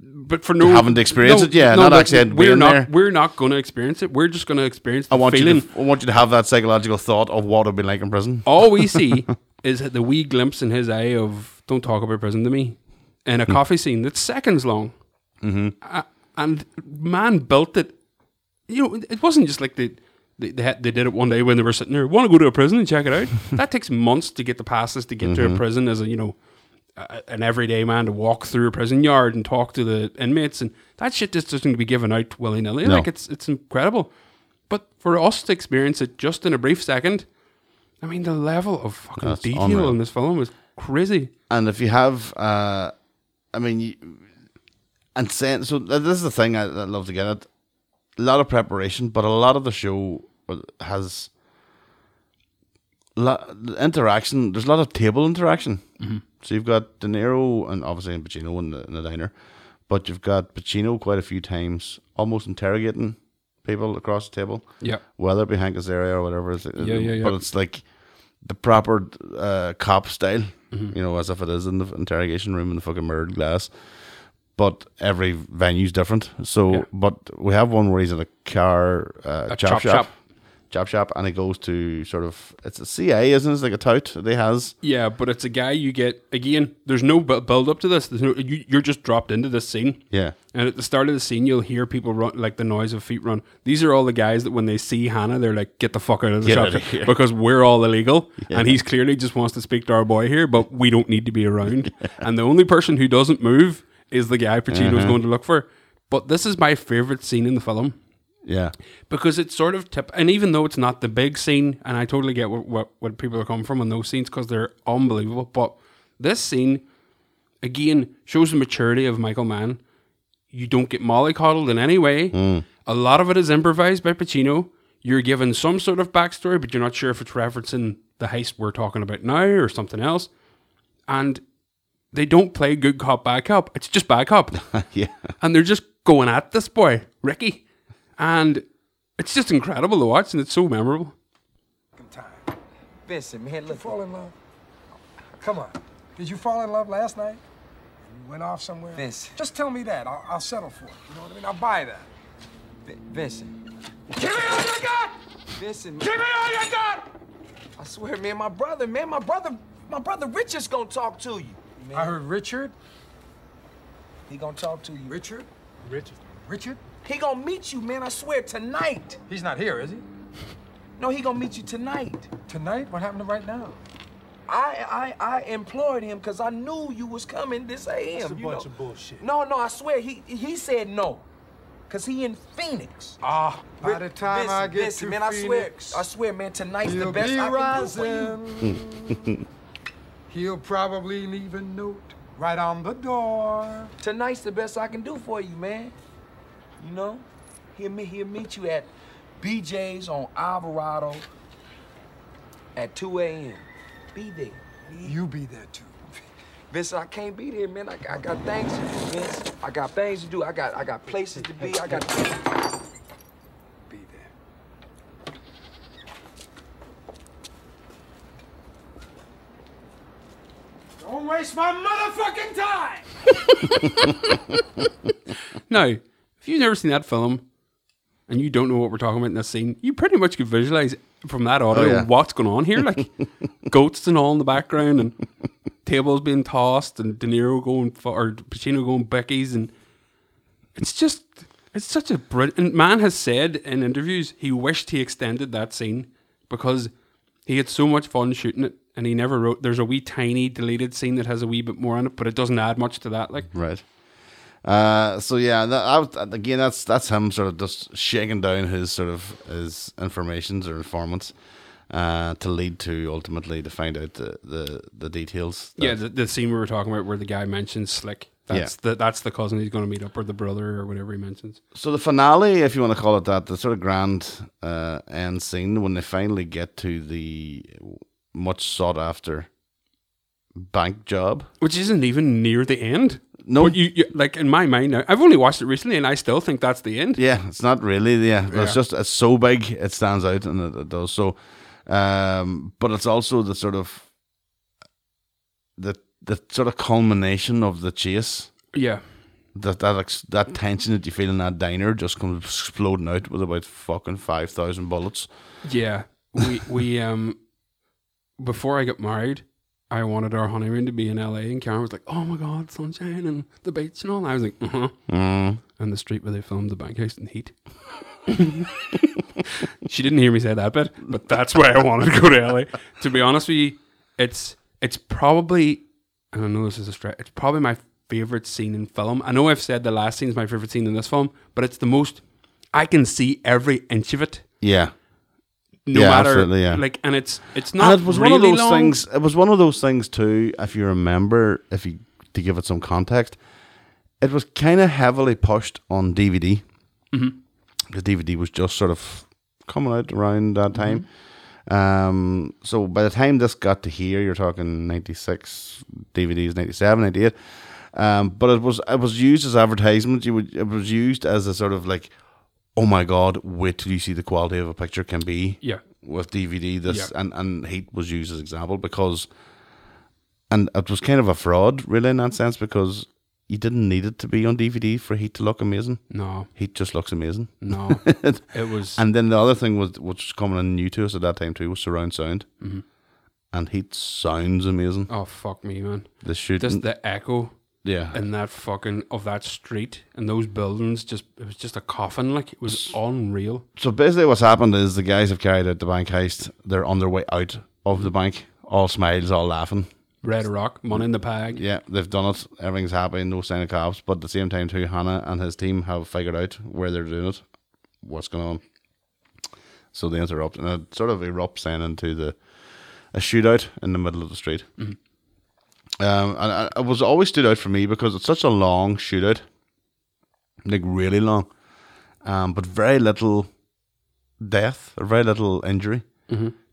[SPEAKER 7] But for no,
[SPEAKER 6] haven't experienced it? Yeah, not
[SPEAKER 7] but
[SPEAKER 6] actually had
[SPEAKER 7] We're
[SPEAKER 6] been
[SPEAKER 7] not.
[SPEAKER 6] there.
[SPEAKER 7] We're not going to experience it. We're just going to experience. The
[SPEAKER 6] I want
[SPEAKER 7] feeling.
[SPEAKER 6] you. To, I want you to have that psychological thought of what it'd be like in prison.
[SPEAKER 7] (laughs) All we see is the wee glimpse in his eye of "Don't talk about prison to me," in a coffee scene that's seconds long. Mm-hmm. and man built it. You know, it wasn't just like they they they, had, they did it one day when they were sitting there. Want to go to a prison and check it out? that takes months to get the passes to get to a prison as a you know. a- An everyday man to walk through a prison yard and talk to the inmates, and that shit just doesn't be given out willy nilly.
[SPEAKER 6] No.
[SPEAKER 7] Like it's it's incredible, but for us to experience it just in a brief second, I mean, the level of fucking
[SPEAKER 6] That's
[SPEAKER 7] detail
[SPEAKER 6] unreal.
[SPEAKER 7] in this film is crazy.
[SPEAKER 6] And if you have, uh, I mean, you, and saying so, th- this is the thing I, I love to get at. A lot of preparation, but a lot of the show has lo- interaction. There's a lot of table interaction. So you've got De Niro and obviously and Pacino in the, in the diner, but you've got Pacino quite a few times almost interrogating people across the table.
[SPEAKER 7] Yeah.
[SPEAKER 6] whether it be Hank Azaria or whatever. It's,
[SPEAKER 7] Yeah, yeah, yeah.
[SPEAKER 6] But it's like the proper uh, cop style,
[SPEAKER 7] Mm-hmm.
[SPEAKER 6] you know, as if it is in the interrogation room in the fucking mirrored glass. But every venue's different. So,
[SPEAKER 7] Yeah.
[SPEAKER 6] but we have one where he's in a car, uh,
[SPEAKER 7] A
[SPEAKER 6] chop,
[SPEAKER 7] chop
[SPEAKER 6] shop,
[SPEAKER 7] shop.
[SPEAKER 6] chop shop, and he goes to sort of it's a CA, isn't it? It's like a tout that he has.
[SPEAKER 7] Yeah, but it's a guy you get again. There's no bu- build up to this. There's no, you, you're just dropped into this scene.
[SPEAKER 6] Yeah,
[SPEAKER 7] And at the start of the scene, you'll hear people run like the noise of feet run. These are all the guys that when they see Hannah, they're like, "Get the fuck out of the
[SPEAKER 6] Get
[SPEAKER 7] shop
[SPEAKER 6] out of here."
[SPEAKER 7] (laughs) because we're all illegal." And he's clearly just wants to speak to our boy here, but we don't need to be
[SPEAKER 6] (laughs)
[SPEAKER 7] around. And the only person who doesn't move is the guy Pacino's
[SPEAKER 6] Uh-huh.
[SPEAKER 7] going to look for. But this is my favorite scene in the film.
[SPEAKER 6] yeah, (laughs)
[SPEAKER 7] because it's sort of tip and even though it's not the big scene and i totally get what what, what people are coming from on those scenes because they're unbelievable but this scene again shows the maturity of michael mann You don't get mollycoddled in any way. A lot of it is improvised by Pacino. You're given some sort of backstory, but you're not sure if it's referencing the heist we're talking about now or something else. And they don't play good cop, bad cop. It's just bad cop.
[SPEAKER 6] yeah.
[SPEAKER 7] and they're just going at this boy, Ricky. And it's just incredible to watch, and it's so memorable.
[SPEAKER 10] Listen, man, look. Fall in love. Come on. Did you fall in love last night? You went off somewhere? Vince. Just tell me that. I'll, I'll settle for it. You know what I mean? I'll buy that. Vi- Vincent.
[SPEAKER 9] Give me all you got!
[SPEAKER 10] Vincent,
[SPEAKER 9] Give me all you got!
[SPEAKER 10] I swear, man, my brother, man, my brother, my brother Richard's gonna talk to you. Man.
[SPEAKER 8] I heard Richard.
[SPEAKER 10] He gonna talk to you. Richard?
[SPEAKER 8] Richard. Richard?
[SPEAKER 10] He gonna meet you, man, I swear, tonight.
[SPEAKER 8] He's not here, is he?
[SPEAKER 10] No, he gonna meet you tonight.
[SPEAKER 8] Tonight? What happened right now?
[SPEAKER 10] I I I implored him because I knew you was coming this AM.
[SPEAKER 8] That's a bunch
[SPEAKER 10] you know?
[SPEAKER 8] of bullshit.
[SPEAKER 10] No, no, I swear he he said no. Cause he in Phoenix.
[SPEAKER 8] Ah,
[SPEAKER 10] Ri- listen, listen, man, I swear, I swear, man, tonight's the best I can do for you. (laughs)
[SPEAKER 8] He'll probably leave a note right on the door.
[SPEAKER 10] Tonight's the best I can do for you, man. You know? He'll meet, he'll meet you at BJ's on Alvarado at 2 a.m. Be there. Be-
[SPEAKER 8] You be there too.
[SPEAKER 10] Vince, I can't be there, man. I, I got things to do, Vince. I got things to do. I got I got places to be. I got
[SPEAKER 8] Be there.
[SPEAKER 9] Don't waste my motherfucking time!
[SPEAKER 7] Now, if you've never seen that film and you don't know what we're talking about in this scene, you pretty much could visualize from that audio
[SPEAKER 6] yeah.
[SPEAKER 7] what's going on here. Like goats and all in the background, and tables being tossed, and De Niro going for, or Pacino going Becky's, and it's just it's such a brilliant. Man has said in interviews he wished he extended that scene because he had so much fun shooting it. And he never wrote. There's a wee tiny deleted scene that has a wee bit more on it, but it doesn't add much to that. Like,
[SPEAKER 6] Right. Uh, so yeah, that, I was, again, that's that's him sort of just shaking down his sort of his informations or informants uh, to lead to ultimately to find out the the, the details. that-
[SPEAKER 7] Yeah, the, the scene we were talking about where the guy mentions Slick. That's the that's the cousin he's going to meet up, or the brother, or whatever he mentions.
[SPEAKER 6] So the finale, if you want to call it that, the sort of grand uh, end scene when they finally get to the much sought after bank job.
[SPEAKER 7] Which isn't even near the end.
[SPEAKER 6] No.
[SPEAKER 7] but you, you like in my mind now. I've only watched it recently, and I still think that's the end.
[SPEAKER 6] Yeah, it's not really. Yeah,
[SPEAKER 7] Yeah.
[SPEAKER 6] it's just it's so big it stands out and it, it does so. Um, but it's also the sort of the the sort of culmination of the chase.
[SPEAKER 7] Yeah,
[SPEAKER 6] That that ex- that tension that you feel in that diner just comes exploding out with about fucking five thousand bullets.
[SPEAKER 7] yeah. We we um before I got married, I wanted our honeymoon to be in L.A. and Karen was like, "Oh my God, sunshine and the beach and all." I was like, "Uh huh." And the street where they filmed the bank heist in heat. (laughs) she didn't hear me say that bit, but that's where I wanted to go to LA. To be honest with you, it's it's probably and I know this is a stretch. It's probably my favorite scene in film. I know I've said the last scene is my favorite scene in this film, but it's the most I can see every inch of it,
[SPEAKER 6] Yeah,
[SPEAKER 7] no
[SPEAKER 6] Yeah,
[SPEAKER 7] matter
[SPEAKER 6] absolutely, yeah.
[SPEAKER 7] like. And it's it's
[SPEAKER 6] And
[SPEAKER 7] not.
[SPEAKER 6] it was
[SPEAKER 7] really
[SPEAKER 6] one of those
[SPEAKER 7] long.
[SPEAKER 6] things. It was one of those things too. If you remember, if you to give it some context, it was kind of heavily pushed on DVD.
[SPEAKER 7] Mm-hmm.
[SPEAKER 6] The DVD was just sort of coming out around that
[SPEAKER 7] Mm-hmm.
[SPEAKER 6] time. Um, so by the time this got to here, you're talking '96 DVDs, '97, '98. Um, but it was it was used as advertisement. You would it was used as a sort of like, oh my god, wait till you see the quality of a picture can be
[SPEAKER 7] Yeah.
[SPEAKER 6] with DVD. This
[SPEAKER 7] Yeah.
[SPEAKER 6] and and Heat was used as example because, and it was kind of a fraud, really, in that sense because you didn't need it to be on DVD for Heat to look amazing.
[SPEAKER 7] No,
[SPEAKER 6] Heat just looks amazing. (laughs)
[SPEAKER 7] no, it was.
[SPEAKER 6] And then the other thing was which was coming in new to us at that time too was surround sound,
[SPEAKER 7] Mm-hmm.
[SPEAKER 6] and Heat sounds amazing.
[SPEAKER 7] oh fuck me, man!
[SPEAKER 6] The shooting,
[SPEAKER 7] Just the echo
[SPEAKER 6] yeah,
[SPEAKER 7] and that fucking of that street and those buildings just it was just a coffin like it was unreal
[SPEAKER 6] so basically what's happened is the guys have carried out the bank heist. They're on their way out of the bank, all smiles, all laughing.
[SPEAKER 7] red rock money in the bag
[SPEAKER 6] Yeah, they've done it. Everything's happy, no sign of cops. But at the same time, too, Hannah and his team have figured out where they're doing it, what's going on. So they interrupt, and it sort of erupts then into the a shootout in the middle of the street. Um, and I- it was always stood out for me because it's such a long shootout. like really long, um, but very little death or very little injury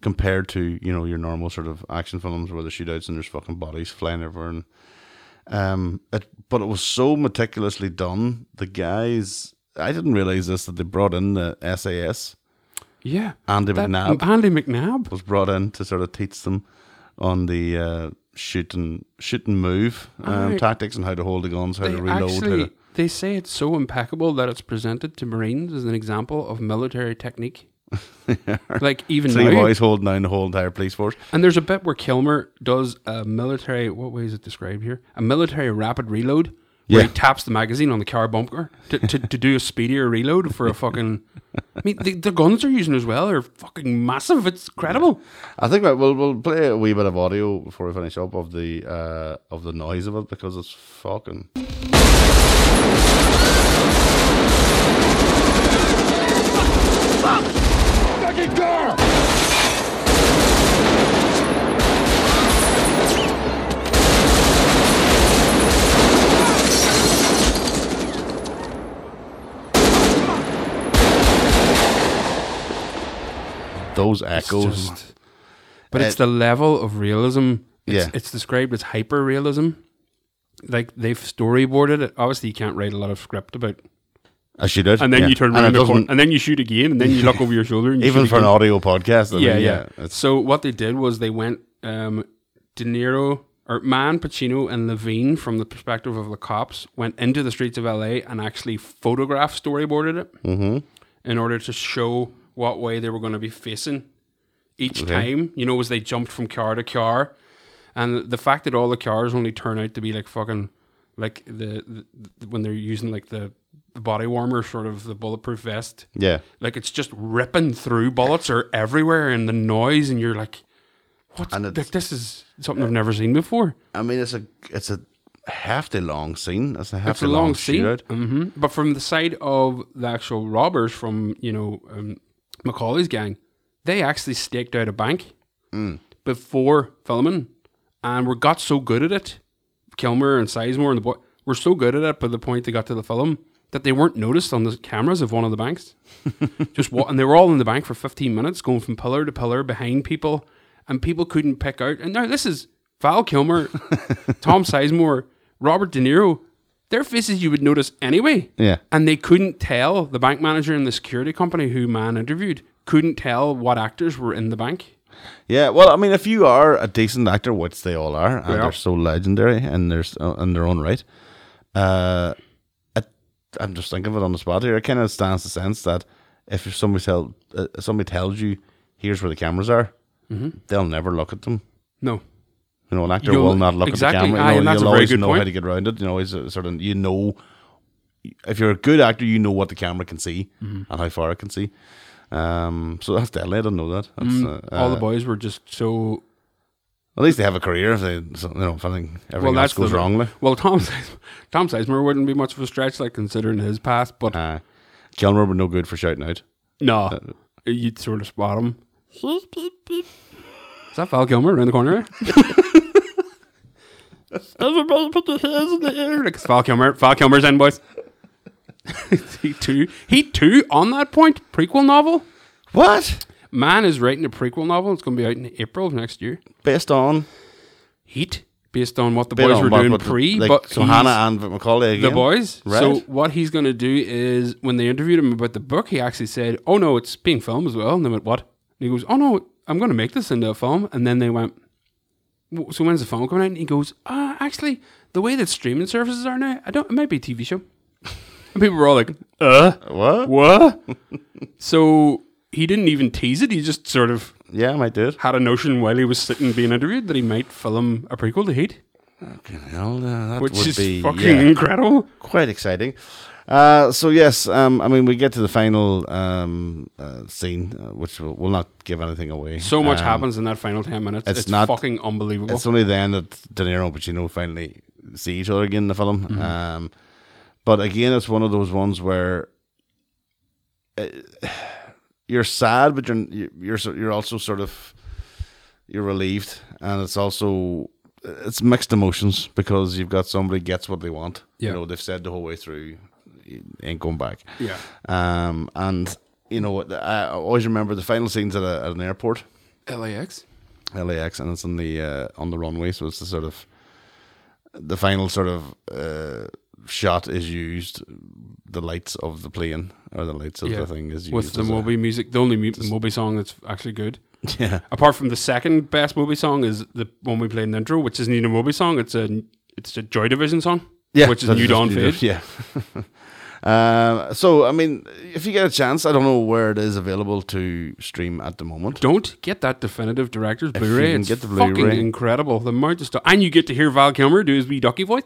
[SPEAKER 6] compared to you know your normal sort of action films where there's shootouts and there's fucking bodies flying everywhere. And, um, it, but it was so meticulously done. The guys, I didn't realize this that they brought in the SAS
[SPEAKER 7] Yeah.
[SPEAKER 6] Andy McNabb.
[SPEAKER 7] Andy McNabb.
[SPEAKER 6] was brought in to sort of teach them on the uh, shoot and shoot and move um,
[SPEAKER 7] Aye.
[SPEAKER 6] tactics and how to hold the guns, how
[SPEAKER 7] They
[SPEAKER 6] to reload. how
[SPEAKER 7] actually,
[SPEAKER 6] to,
[SPEAKER 7] they say it's so impeccable that it's presented to Marines as an example of military
[SPEAKER 6] (laughs)
[SPEAKER 7] technique. like even
[SPEAKER 6] three
[SPEAKER 7] now,
[SPEAKER 6] boys holding down the whole entire police force.
[SPEAKER 7] And there's a bit where Kilmer does a military, what way is it described here? A military rapid reload
[SPEAKER 6] Yeah.
[SPEAKER 7] where he taps the magazine on the car bumper to, to, to do a speedier reload for a fucking. I mean, the, the guns they're using as well are fucking massive. It's incredible.
[SPEAKER 6] I think that we'll we'll play a wee bit of audio before we finish up of the uh, of the noise of it because it's fucking. Those echoes.
[SPEAKER 7] It's just- but it's
[SPEAKER 6] Uh,
[SPEAKER 7] the level of realism. It's,
[SPEAKER 6] Yeah.
[SPEAKER 7] it's described as hyper realism. Like they've storyboarded it. Obviously, you can't write a lot of script about.
[SPEAKER 6] I should it.
[SPEAKER 7] And then
[SPEAKER 6] Oh, yeah.
[SPEAKER 7] you turn
[SPEAKER 6] And it
[SPEAKER 7] around the corner,
[SPEAKER 6] doesn't-
[SPEAKER 7] and then you shoot again, and then you look over your shoulder. And you
[SPEAKER 6] even
[SPEAKER 7] shoot
[SPEAKER 6] for an
[SPEAKER 7] again.
[SPEAKER 6] audio podcast. I
[SPEAKER 7] yeah,
[SPEAKER 6] mean,
[SPEAKER 7] yeah.
[SPEAKER 6] it's-
[SPEAKER 7] So what they did was they went um, De Niro or Mann, Pacino, and Levine from the perspective of the cops went into the streets of L.A. and actually photograph storyboarded it in order to show what way they were going to be facing each time. You know, as they jumped from car to car, and the fact that all the cars only turn out to be like fucking like the, the when they're using like the the body warmer sort of the bulletproof vest
[SPEAKER 6] yeah.
[SPEAKER 7] like it's just ripping through. Bullets are everywhere, and the noise, and you're like, "What?
[SPEAKER 6] And
[SPEAKER 7] Like,
[SPEAKER 6] it's-
[SPEAKER 7] this is something I've never seen before."
[SPEAKER 6] I mean, it's a it's a hefty long scene. It's a hefty
[SPEAKER 7] It's a long, scene,
[SPEAKER 6] shootout.
[SPEAKER 7] hmm but from the side of the actual robbers, from you know um, Macaulay's gang, they actually staked out a bank
[SPEAKER 6] Mm.
[SPEAKER 7] before filming, and we got so good at it. Kilmer and Sizemore and the boy were so good at it by the point they got to the film that they weren't noticed on the cameras of one of the banks. Just wa- and they were all in the bank for 15 minutes, going from pillar to pillar behind people, and people couldn't pick out. And now this is
[SPEAKER 6] (laughs)
[SPEAKER 7] Val Kilmer, Tom Sizemore, Robert De Niro. Their faces you would notice anyway.
[SPEAKER 6] Yeah.
[SPEAKER 7] And they couldn't tell the bank manager and the security company who man interviewed couldn't tell what actors were in the bank.
[SPEAKER 6] Yeah, well, I mean, if you are a decent actor, which they all are, and
[SPEAKER 7] Yeah.
[SPEAKER 6] they're so legendary, and they're s- uh, in their own right, uh, it, I'm just thinking of it on the spot here. It kind of stands the sense that if somebody tell uh, if somebody tells you, "Here's where the cameras are,"
[SPEAKER 7] Mm-hmm.
[SPEAKER 6] they'll never look at them.
[SPEAKER 7] No.
[SPEAKER 6] You know, an actor
[SPEAKER 7] You'll-
[SPEAKER 6] will not look
[SPEAKER 7] exactly,
[SPEAKER 6] at the camera.
[SPEAKER 7] aye,
[SPEAKER 6] You
[SPEAKER 7] and
[SPEAKER 6] know,
[SPEAKER 7] that's
[SPEAKER 6] you'll
[SPEAKER 7] a very
[SPEAKER 6] always
[SPEAKER 7] good
[SPEAKER 6] know how
[SPEAKER 7] point.
[SPEAKER 6] to get around it. You know, it's a sort of you know. If you're a good actor, you know what the camera can see
[SPEAKER 7] Mm-hmm.
[SPEAKER 6] and how far it can see. Um, so that's deadly. I didn't know that. That's, uh,
[SPEAKER 7] Mm, all the
[SPEAKER 6] uh,
[SPEAKER 7] boys were just so
[SPEAKER 6] At least they have a career. If they, so, you know, if anything, everything else goes
[SPEAKER 7] the-
[SPEAKER 6] wrong. like.
[SPEAKER 7] Well, Tom Sizemore, Tom Sizemore wouldn't be much of a stretch, like considering his past, but
[SPEAKER 6] Uh, Kilmer were no good for shouting out.
[SPEAKER 7] no, you'd sort of spot him. Is that Val Kilmer around the (laughs) corner? Everybody put their hands in the air. Like it's Val Kilmer. Val Kilmer's in, boys. (laughs) he too. He too. On that point, prequel novel.
[SPEAKER 6] What?
[SPEAKER 7] Man is writing a prequel novel. It's going to be out in April of next year.
[SPEAKER 6] Based on
[SPEAKER 7] Heat, based on what the
[SPEAKER 6] based
[SPEAKER 7] boys
[SPEAKER 6] on
[SPEAKER 7] were
[SPEAKER 6] what-
[SPEAKER 7] doing
[SPEAKER 6] what the-
[SPEAKER 7] pre,
[SPEAKER 6] like,
[SPEAKER 7] but
[SPEAKER 6] so
[SPEAKER 7] he's-
[SPEAKER 6] Hannah and Macaulay
[SPEAKER 7] the
[SPEAKER 6] again.
[SPEAKER 7] boys.
[SPEAKER 6] right?
[SPEAKER 7] So what he's going to do is when they interviewed him about the book, he actually said, "Oh no, it's being filmed as well." And they went, "What?" And he goes, "Oh no, I'm going to make this into a film." And then they went, "W- "So when's the film coming out?" And he goes, "Uh, actually, the way that streaming services are now, I don't. It might be a TV show." (laughs) And people were all like, "Uh,
[SPEAKER 6] what?
[SPEAKER 7] what?" (laughs) so he didn't even tease it. He just sort of
[SPEAKER 6] Yeah, I might do it.
[SPEAKER 7] had a notion while he was sitting being interviewed that he might film a prequel to Heat,
[SPEAKER 6] Well, uh, that
[SPEAKER 7] which
[SPEAKER 6] would
[SPEAKER 7] is
[SPEAKER 6] be
[SPEAKER 7] fucking
[SPEAKER 6] yeah,
[SPEAKER 7] incredible.
[SPEAKER 6] quite exciting. Uh, so yes, um, I mean we get to the final um, uh, scene, uh, which will, will not give anything away.
[SPEAKER 7] So much
[SPEAKER 6] Um,
[SPEAKER 7] happens in that final 10 minutes.
[SPEAKER 6] it's
[SPEAKER 7] It's,
[SPEAKER 6] not-
[SPEAKER 7] fucking unbelievable.
[SPEAKER 6] It's only then that De Niro and Pacino finally see each other again in the film.
[SPEAKER 7] Mm-hmm.
[SPEAKER 6] Um, but again, it's one of those ones where uh, you're sad, but you're you're so- you're also sort of you're relieved, and it's also it's mixed emotions because you've got somebody gets what they want.
[SPEAKER 7] Yeah.
[SPEAKER 6] You know, they've said the whole way through. you ain't going back.
[SPEAKER 7] Yeah.
[SPEAKER 6] Um, and you know, what, I always remember the final scenes at, a, at an airport,
[SPEAKER 7] LAX.
[SPEAKER 6] LAX, and it's on the uh, on the runway, so it's the sort of the final sort of uh, shot is used. The lights of the plane or the lights of
[SPEAKER 7] Yeah.
[SPEAKER 6] the thing is used
[SPEAKER 7] With the
[SPEAKER 6] as a-
[SPEAKER 7] Moby music, the only mu- Moby song that's actually good.
[SPEAKER 6] (laughs)
[SPEAKER 7] (laughs)
[SPEAKER 6] yeah.
[SPEAKER 7] Apart from the second best Moby song is the one we played in the intro, which isn't even a Moby song. It's a it's a Joy Division song. which is
[SPEAKER 6] that's
[SPEAKER 7] New
[SPEAKER 6] just
[SPEAKER 7] Dawn Fade.
[SPEAKER 6] Yeah. (laughs) Uh, so I mean, if you get a chance, I don't know where it is available to stream at the moment.
[SPEAKER 7] Don't get that definitive director's
[SPEAKER 6] If you
[SPEAKER 7] Blu-ray.
[SPEAKER 6] can
[SPEAKER 7] It's
[SPEAKER 6] get the Blu-ray.
[SPEAKER 7] fucking incredible. The amount of stuff, and you get to hear Val Kilmer do his wee ducky
[SPEAKER 6] (laughs)
[SPEAKER 7] voice,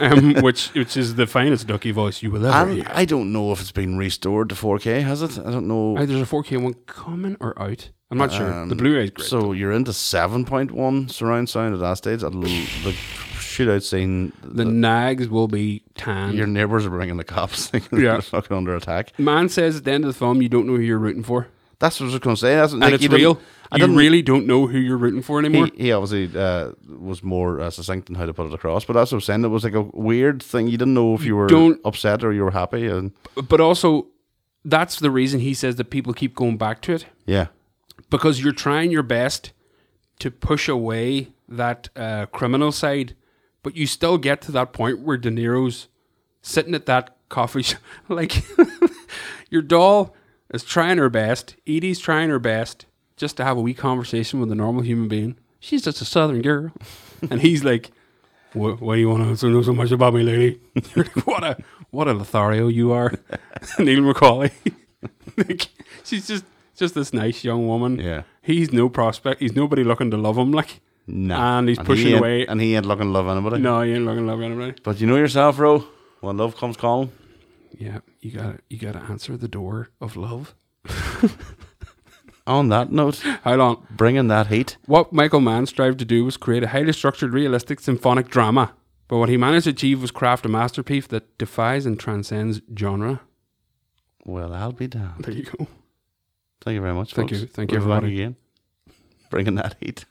[SPEAKER 7] um, which which is the finest ducky voice you will ever
[SPEAKER 6] And
[SPEAKER 7] hear.
[SPEAKER 6] I don't know if it's been restored to 4K, has it? I don't know.
[SPEAKER 7] Uh, there's a 4K one coming or out. I'm not sure. The
[SPEAKER 6] Um,
[SPEAKER 7] Blu-ray's great.
[SPEAKER 6] So you're into 7.1 surround sound at that stage. I'd l- the shootout scene.
[SPEAKER 7] the nags will be tan.
[SPEAKER 6] your neighbors are bringing the cops. (laughs) Thinking
[SPEAKER 7] Yeah.
[SPEAKER 6] they're fucking under attack.
[SPEAKER 7] Man says at the end of the film, you don't know who you're rooting for,
[SPEAKER 6] That's what I was going to say. That's,
[SPEAKER 7] and it's real.
[SPEAKER 6] I
[SPEAKER 7] you
[SPEAKER 6] didn't
[SPEAKER 7] really don't know who you're rooting for anymore.
[SPEAKER 6] He, he obviously uh, was more uh, succinct in how to put it across, but that's what I'm saying. It was like a weird thing. You didn't know if you were
[SPEAKER 7] Don't-
[SPEAKER 6] upset or you were happy, and
[SPEAKER 7] but also, that's the reason he says that people keep going back to it.
[SPEAKER 6] yeah,
[SPEAKER 7] because you're trying your best to push away that uh, criminal side, but you still get to that point where De Niro's sitting at that coffee shop. (laughs) Like, your doll is trying her best. Edie's trying her best just to have a wee conversation with a normal human being. She's just a southern girl. (laughs) and he's like, what, why do you want to know so much about me, lady? (laughs) what a what a Lothario you are, (laughs) Neil Macaulay. (laughs) like, she's just just this nice young woman.
[SPEAKER 6] Yeah.
[SPEAKER 7] he's no prospect. He's nobody looking to love him. Like,
[SPEAKER 6] nah.
[SPEAKER 7] and he's pushing
[SPEAKER 6] he ain't-
[SPEAKER 7] away.
[SPEAKER 6] and he ain't looking love anybody.
[SPEAKER 7] no, he ain't looking to love anybody.
[SPEAKER 6] but you know yourself, bro. When love comes calling,
[SPEAKER 7] Yeah, you got to you got to answer the door of love. (laughs)
[SPEAKER 6] on that note,
[SPEAKER 7] Hold on.
[SPEAKER 6] bringing that heat.
[SPEAKER 7] What Michael Mann strived to do was create a highly structured, realistic symphonic drama. But what he managed to achieve was craft a masterpiece that defies and transcends genre.
[SPEAKER 6] Well, I'll be down.
[SPEAKER 7] There you go.
[SPEAKER 6] Thank you very much.
[SPEAKER 7] Thank
[SPEAKER 6] folks.
[SPEAKER 7] you. Thank you,
[SPEAKER 6] We're back
[SPEAKER 7] everybody.
[SPEAKER 6] again. Bringing that heat.